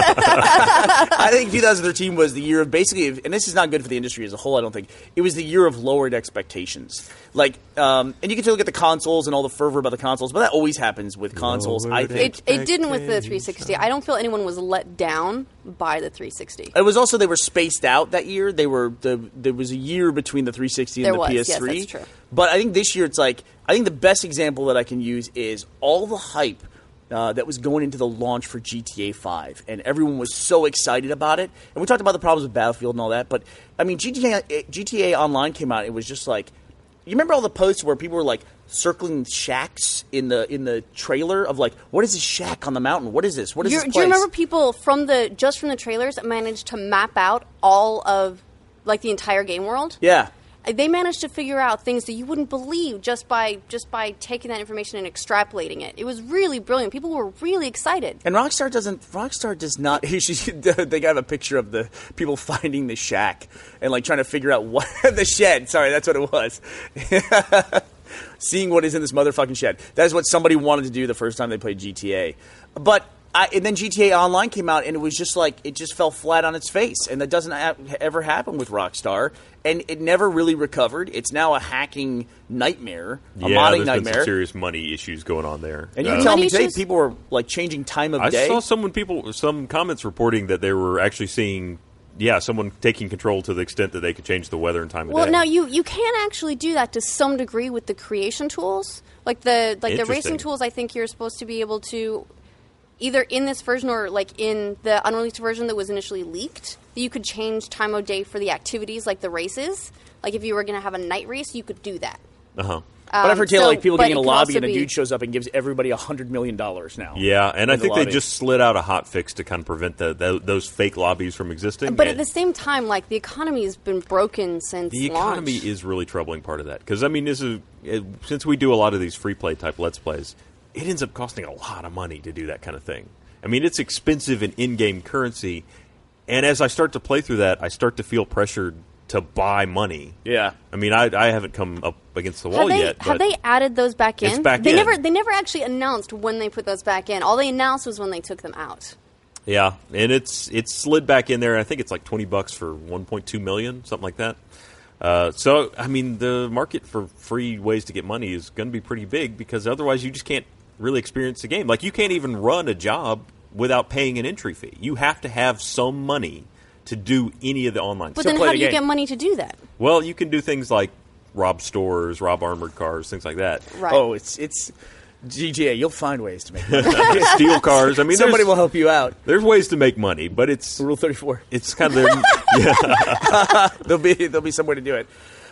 S2: I think 2013 was the year of basically, and this is not good for the industry as a whole. I don't think it was the year of lowered expectations. Like, um, and you can still look at the consoles and all the fervor about the consoles, but that always happens with consoles. I
S3: Lowered
S2: think
S4: It, it didn't with the 360. I don't feel anyone was let down by the 360.
S2: It was also they were spaced out that year. They were the there was a year between the 360 and
S4: There
S2: the
S4: was, yes,
S2: PS3.
S4: that's true.
S2: But I think this year it's like I think the best example that I can use is all the hype uh, that was going into the launch for GTA 5, and everyone was so excited about it. And we talked about the problems with Battlefield and all that, but I mean GTA eh, GTA Online came out. It was just like you remember all the posts where people were like circling shacks in the in the trailer of like what is this shack on the mountain? What is this? What is
S4: You're-
S2: this place?
S4: do you remember people from the just from the trailers managed to map out all of like the entire game world?
S2: yeah.
S4: They managed to figure out things that you wouldn't believe just by just by taking that information and extrapolating it. It was really brilliant. People were really excited.
S2: And Rockstar doesn't. Rockstar does not. *laughs* She, they got a picture of the people finding the shack and like trying to figure out what *laughs* the shed. Sorry, that's what it was. *laughs* Seeing what is in this motherfucking shed. That is what somebody wanted to do the first time they played GTA. But I, and then GTA Online came out, and it was just like it just fell flat on its face, and that doesn't ha- ever happen with Rockstar, and it never really recovered. It's now a hacking nightmare, a modding
S3: yeah, there's been some
S2: nightmare.
S3: serious money issues going on there.
S2: and you
S3: Uh,
S2: can tell
S4: Money
S2: me today,
S4: issues?
S2: people were like changing time of
S3: I
S2: day.
S3: saw someone people some comments reporting that they were actually seeing yeah someone taking control to the extent that they could change the weather and time of
S4: Well,
S3: day.
S4: now you you can actually do that to some degree with the creation tools, like the like the
S3: Interesting.
S4: racing tools. I think you're supposed to be able to either in this version or like in the unreleased version that was initially leaked. that You could change time of day for the activities, like the races. Like if you were going to have a night race, you could do that.
S3: uh huh.
S2: But I've heard tale
S4: Um, so-
S2: like people
S4: but
S2: getting in a
S4: it could
S2: lobby
S4: also
S2: and a
S4: be-
S2: dude shows up and gives everybody a hundred million dollars now.
S3: Yeah, and I
S2: In the
S3: think they
S2: lobby.
S3: just slid out a hot fix to kind of prevent the, tho- those fake lobbies from existing.
S4: But at
S3: And
S4: the same time, like the economy has been broken since
S3: the economy
S4: launch.
S3: is really troubling part of that because I mean this is it, since we do a lot of these free play type let's plays, it ends up costing a lot of money to do that kind of thing. I mean it's expensive in in-game currency, and as I start to play through that, I start to feel pressured to buy money.
S2: Yeah.
S3: I mean, I, I haven't come up against the
S4: Have
S3: wall
S4: they
S3: yet. but
S4: have they added those back in?
S3: It's back
S4: they
S3: in.
S4: never they never actually announced when they put those back in. All they announced was when they took them out.
S3: Yeah, and it's it's slid back in there. I think it's like twenty bucks for one point two million, something like that. Uh, so I mean, the market for free ways to get money is going to be pretty big because otherwise you just can't really experience the game. Like you can't even run a job without paying an entry fee. You have to have some money to do any of the online.
S4: But
S3: stuff.
S4: then
S2: play
S4: how
S2: the
S4: do you
S2: game.
S4: get money to do that?
S3: well, you can do things like rob stores, rob armored cars, things like that. *laughs*
S4: Right.
S2: Oh, it's it's GGA. You'll find ways to make *laughs* money.
S3: Steal cars. I mean,
S2: somebody
S3: there's,
S2: will help you out.
S3: There's ways to make money, but it's
S2: Rule thirty four.
S3: it's kind of
S4: *laughs*
S3: their, yeah.
S2: *laughs* There'll be there'll be some way to do it.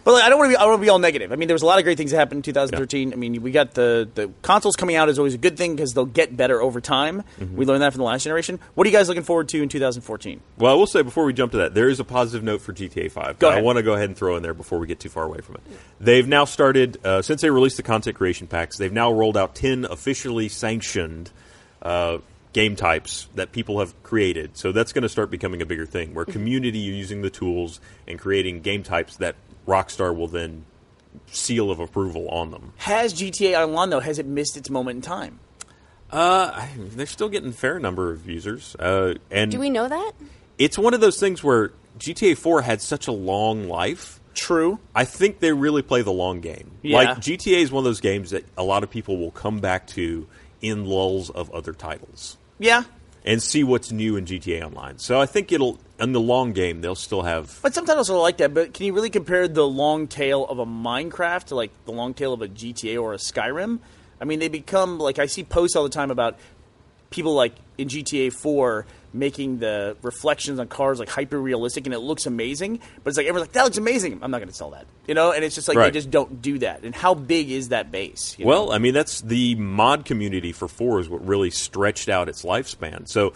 S2: But like, I don't want to be I want to be all negative. I mean, there was a lot of great things that happened in 2013. I mean, we got the the consoles coming out is always a good thing because they'll get better over time. We learned that from the last generation. What are you guys looking forward to in 2014?
S3: Well, I will say before we jump to that, there is a positive note for GTA 5.
S2: Go
S3: that I
S2: ahead.
S3: want to go ahead and throw in there before we get too far away from it. They've now started, uh, since they released the content creation packs, they've now rolled out 10 officially sanctioned uh, game types that people have created. So that's going to start becoming a bigger thing where community are using the tools and creating game types that Rockstar will then seal of approval on them.
S2: Has GTA Online though? Has it missed its moment in time?
S3: Uh, I- they're still getting a fair number of users. Uh, and
S4: Do we know that?
S3: it's one of those things where GTA 4 had such a long life.
S2: True.
S3: I think they really play the long game.
S2: Yeah.
S3: Like GTA is one of those games that a lot of people will come back to in lulls of other titles.
S2: Yeah.
S3: and see what's new in GTA Online. So I think it'll in the long game they'll still have.
S2: But some titles are like that. But can you really compare the long tail of a Minecraft to like the long tail of a GTA or a Skyrim? I mean, they become like I see posts all the time about people like in GTA 4 making the reflections on cars like hyper realistic and it looks amazing. But it's like everyone's like that looks amazing. I'm not going to sell that, you know. And it's just like
S3: Right.
S2: they just don't do that. And how big is that base? you
S3: Well,
S2: know?
S3: I mean that's the mod community for four is what really stretched out its lifespan. So.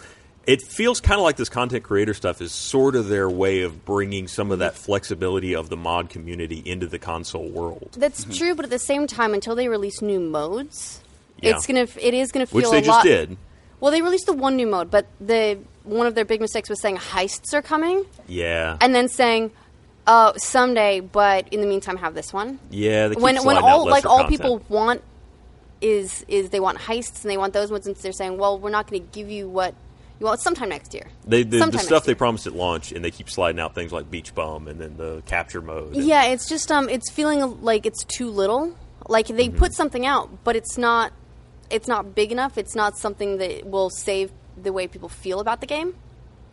S3: It feels kind of like this content creator stuff is sort of their way of bringing some of that flexibility of the mod community into the console world.
S4: That's true, but at the same time, until they release new modes,
S3: Yeah.
S4: it's gonna f- it is gonna feel
S3: Which they
S4: a
S3: just
S4: lot-
S3: did.
S4: Well, they released the one new mode, but the one of their big mistakes was saying heists are coming,
S3: Yeah.
S4: and then saying, "Oh, someday," but in the meantime, have this one.
S3: yeah, they keep
S4: when when
S3: sliding out
S4: all
S3: lesser
S4: like all
S3: content.
S4: people want is is they want heists and they want those ones, and they're saying, "Well, we're not going to give you what you want sometime next year."
S3: They, the,
S4: Sometime
S3: the
S4: next
S3: stuff they
S4: year.
S3: promised at launch, and they keep sliding out things like Beach Bum and then the capture mode. and-
S4: Yeah, it's just um, it's feeling like it's too little. Like they
S2: Mm-hmm.
S4: put something out, but it's not, it's not big enough. It's not something that will save the way people feel about the game.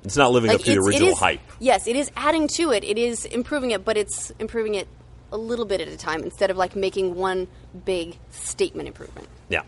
S3: It's not living up
S4: Like
S3: to the
S4: it's- it
S3: original
S4: is-
S3: hype.
S4: Yes, it is adding to it. It is improving it, but it's improving it a little bit at a time instead of like making one big statement improvement.
S3: Yeah.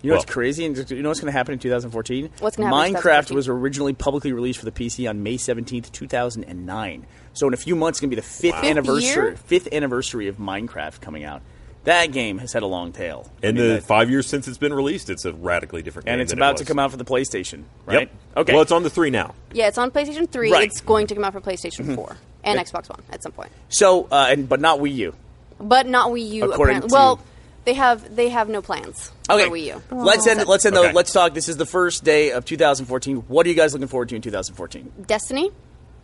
S2: You know
S3: Well,
S2: what's crazy? And you know what's going to happen in 2014?
S4: What's gonna happen in
S2: Minecraft
S4: 2014?
S2: was originally publicly released for the PC on May 17th, 2009. So in a few months, it's going to be the fifth
S4: Fifth
S2: anniversary
S4: year?
S2: fifth anniversary of Minecraft coming out. That game has had a long tail. I
S3: In
S2: mean,
S3: the
S2: that-
S3: five years since it's been released, it's a radically different game.
S2: and it's
S3: than it
S2: about to
S3: was.
S2: come out for the PlayStation,
S3: Yep.
S2: right? Okay.
S3: Well, it's on the three now.
S4: Yeah, it's on PlayStation Three.
S2: Right. Mm-hmm.
S4: It's going to come out for PlayStation Four and Xbox One at some point,
S2: so, uh, and, but not Wii U.
S4: but not Wii U.
S2: According
S4: apparently.
S2: to-
S4: well, they have they have no plans
S2: Okay.
S4: for Wii U. Oh.
S2: Let's end. Let's end.
S3: Okay.
S2: Though, let's talk. This is the first day of 2014. What are you guys looking forward to in 2014?
S4: Destiny.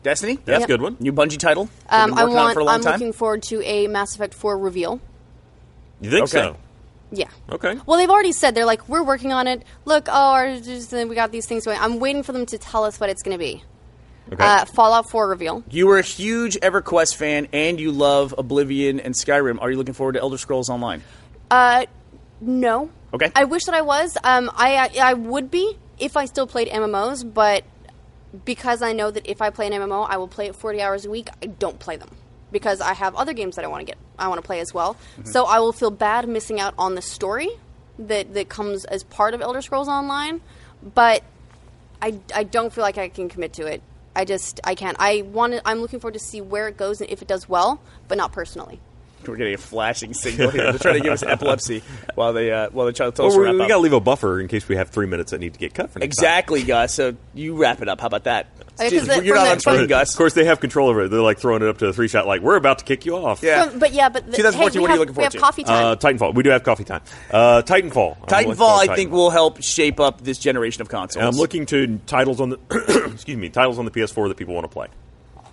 S2: Destiny.
S3: That's
S4: Yep.
S3: a good one.
S2: New Bungie title. They've
S4: Um,
S2: been
S4: I
S2: working on it
S4: want.
S2: for a long
S4: I'm
S2: time.
S4: looking forward to a Mass Effect 4 reveal.
S3: You think
S2: Okay.
S3: so?
S4: Yeah.
S3: Okay.
S4: Well, they've already said they're like we're working on it. Look, oh, our, just, uh, we got these things going. I'm waiting for them to tell us what it's going to be.
S3: Okay.
S4: Uh, Fallout 4 reveal.
S2: You were a huge EverQuest fan, and you love Oblivion and Skyrim. Are you looking forward to Elder Scrolls Online?
S4: Uh, no.
S2: Okay.
S4: I wish that I was. Um, I I I would be if I still played MMOs, but because I know that if I play an MMO, I will play it 40 hours a week. I don't play them because I have other games that I want to get. I want to play as well.
S2: Mm-hmm.
S4: So I will feel bad missing out on the story that that comes as part of Elder Scrolls Online, but I, I don't feel like I can commit to it. I just I can't. I want to, I'm looking forward to see where it goes and if it does well, but not personally.
S2: We're getting a flashing signal here. They're trying to give *laughs* us epilepsy while they uh, while they try to tell us
S3: Well,
S2: to
S3: we,
S2: wrap
S3: we
S2: up.
S3: got to leave a buffer in case we have three minutes that need to get cut for next time.
S2: exactly, Gus. So you wrap it up. How about that?
S4: Okay, 'cause
S2: Just-
S4: the-
S2: You're not
S4: from the-
S2: on
S4: from-
S2: screen,
S3: Of
S2: Gus.
S3: course, they have control over it. They're like throwing it up to a three shot, like, we're about to kick you off.
S2: Yeah.
S4: Um, But, but yeah, but the,
S2: 2014,
S4: hey, we
S2: what are you
S4: have,
S2: looking
S4: we
S2: forward
S4: have
S2: to?
S4: coffee time.
S3: Uh, Titanfall. We do have coffee time. Uh, Titanfall. I wanna
S2: Titanfall,
S3: talk
S2: I think,
S3: Titanfall.
S2: will help shape up this generation of consoles.
S3: And I'm looking to titles on the *clears throat* excuse me titles on the PS4 that people want to play.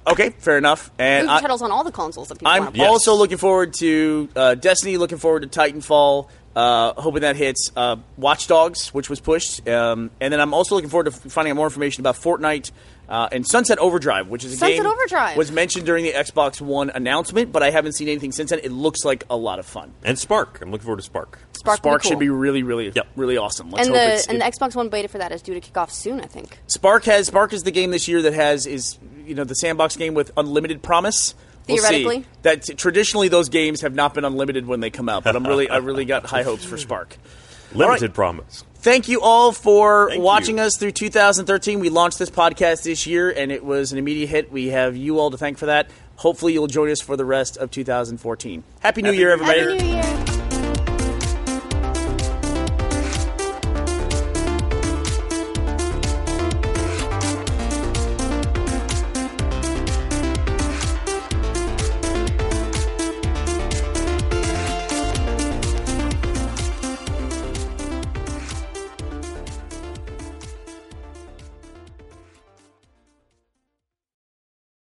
S2: Okay, fair enough. And
S4: Movie
S2: I,
S4: titles on all the consoles that people
S2: I'm
S4: want to play.
S2: also looking forward to uh, Destiny. Looking forward to Titanfall. Uh, hoping that hits uh, Watch Dogs, which was pushed, um, and then I'm also looking forward to f- finding out more information about Fortnite uh, and Sunset Overdrive, which is a
S4: Sunset
S2: game
S4: Overdrive.
S2: was mentioned during the Xbox One announcement, but I haven't seen anything since then. It looks like a lot of fun.
S3: And Spark. I'm looking forward to Spark.
S4: Spark, will
S2: Spark
S4: cool.
S2: should be really, really,
S3: Yep.
S2: really awesome. Let's
S4: and
S2: hope
S4: the
S2: it's,
S4: and
S2: it-
S4: the Xbox One beta for that is due to kick off soon, I think.
S2: Spark has Spark is the game this year that has is you know the sandbox game with unlimited promise. We'll see.
S4: Theoretically.
S2: that traditionally those games have not been unlimited when they come out, but I'm really I really got high hopes for Spark.
S3: Limited promise.
S2: Thank you all for
S3: Thank
S2: watching
S3: you.
S2: us through 2013. We launched this podcast this year, and it was an immediate hit. We have you all to thank for that. Hopefully, you'll join us for the rest of 2014. Happy New Year, everybody!
S4: Happy New Year.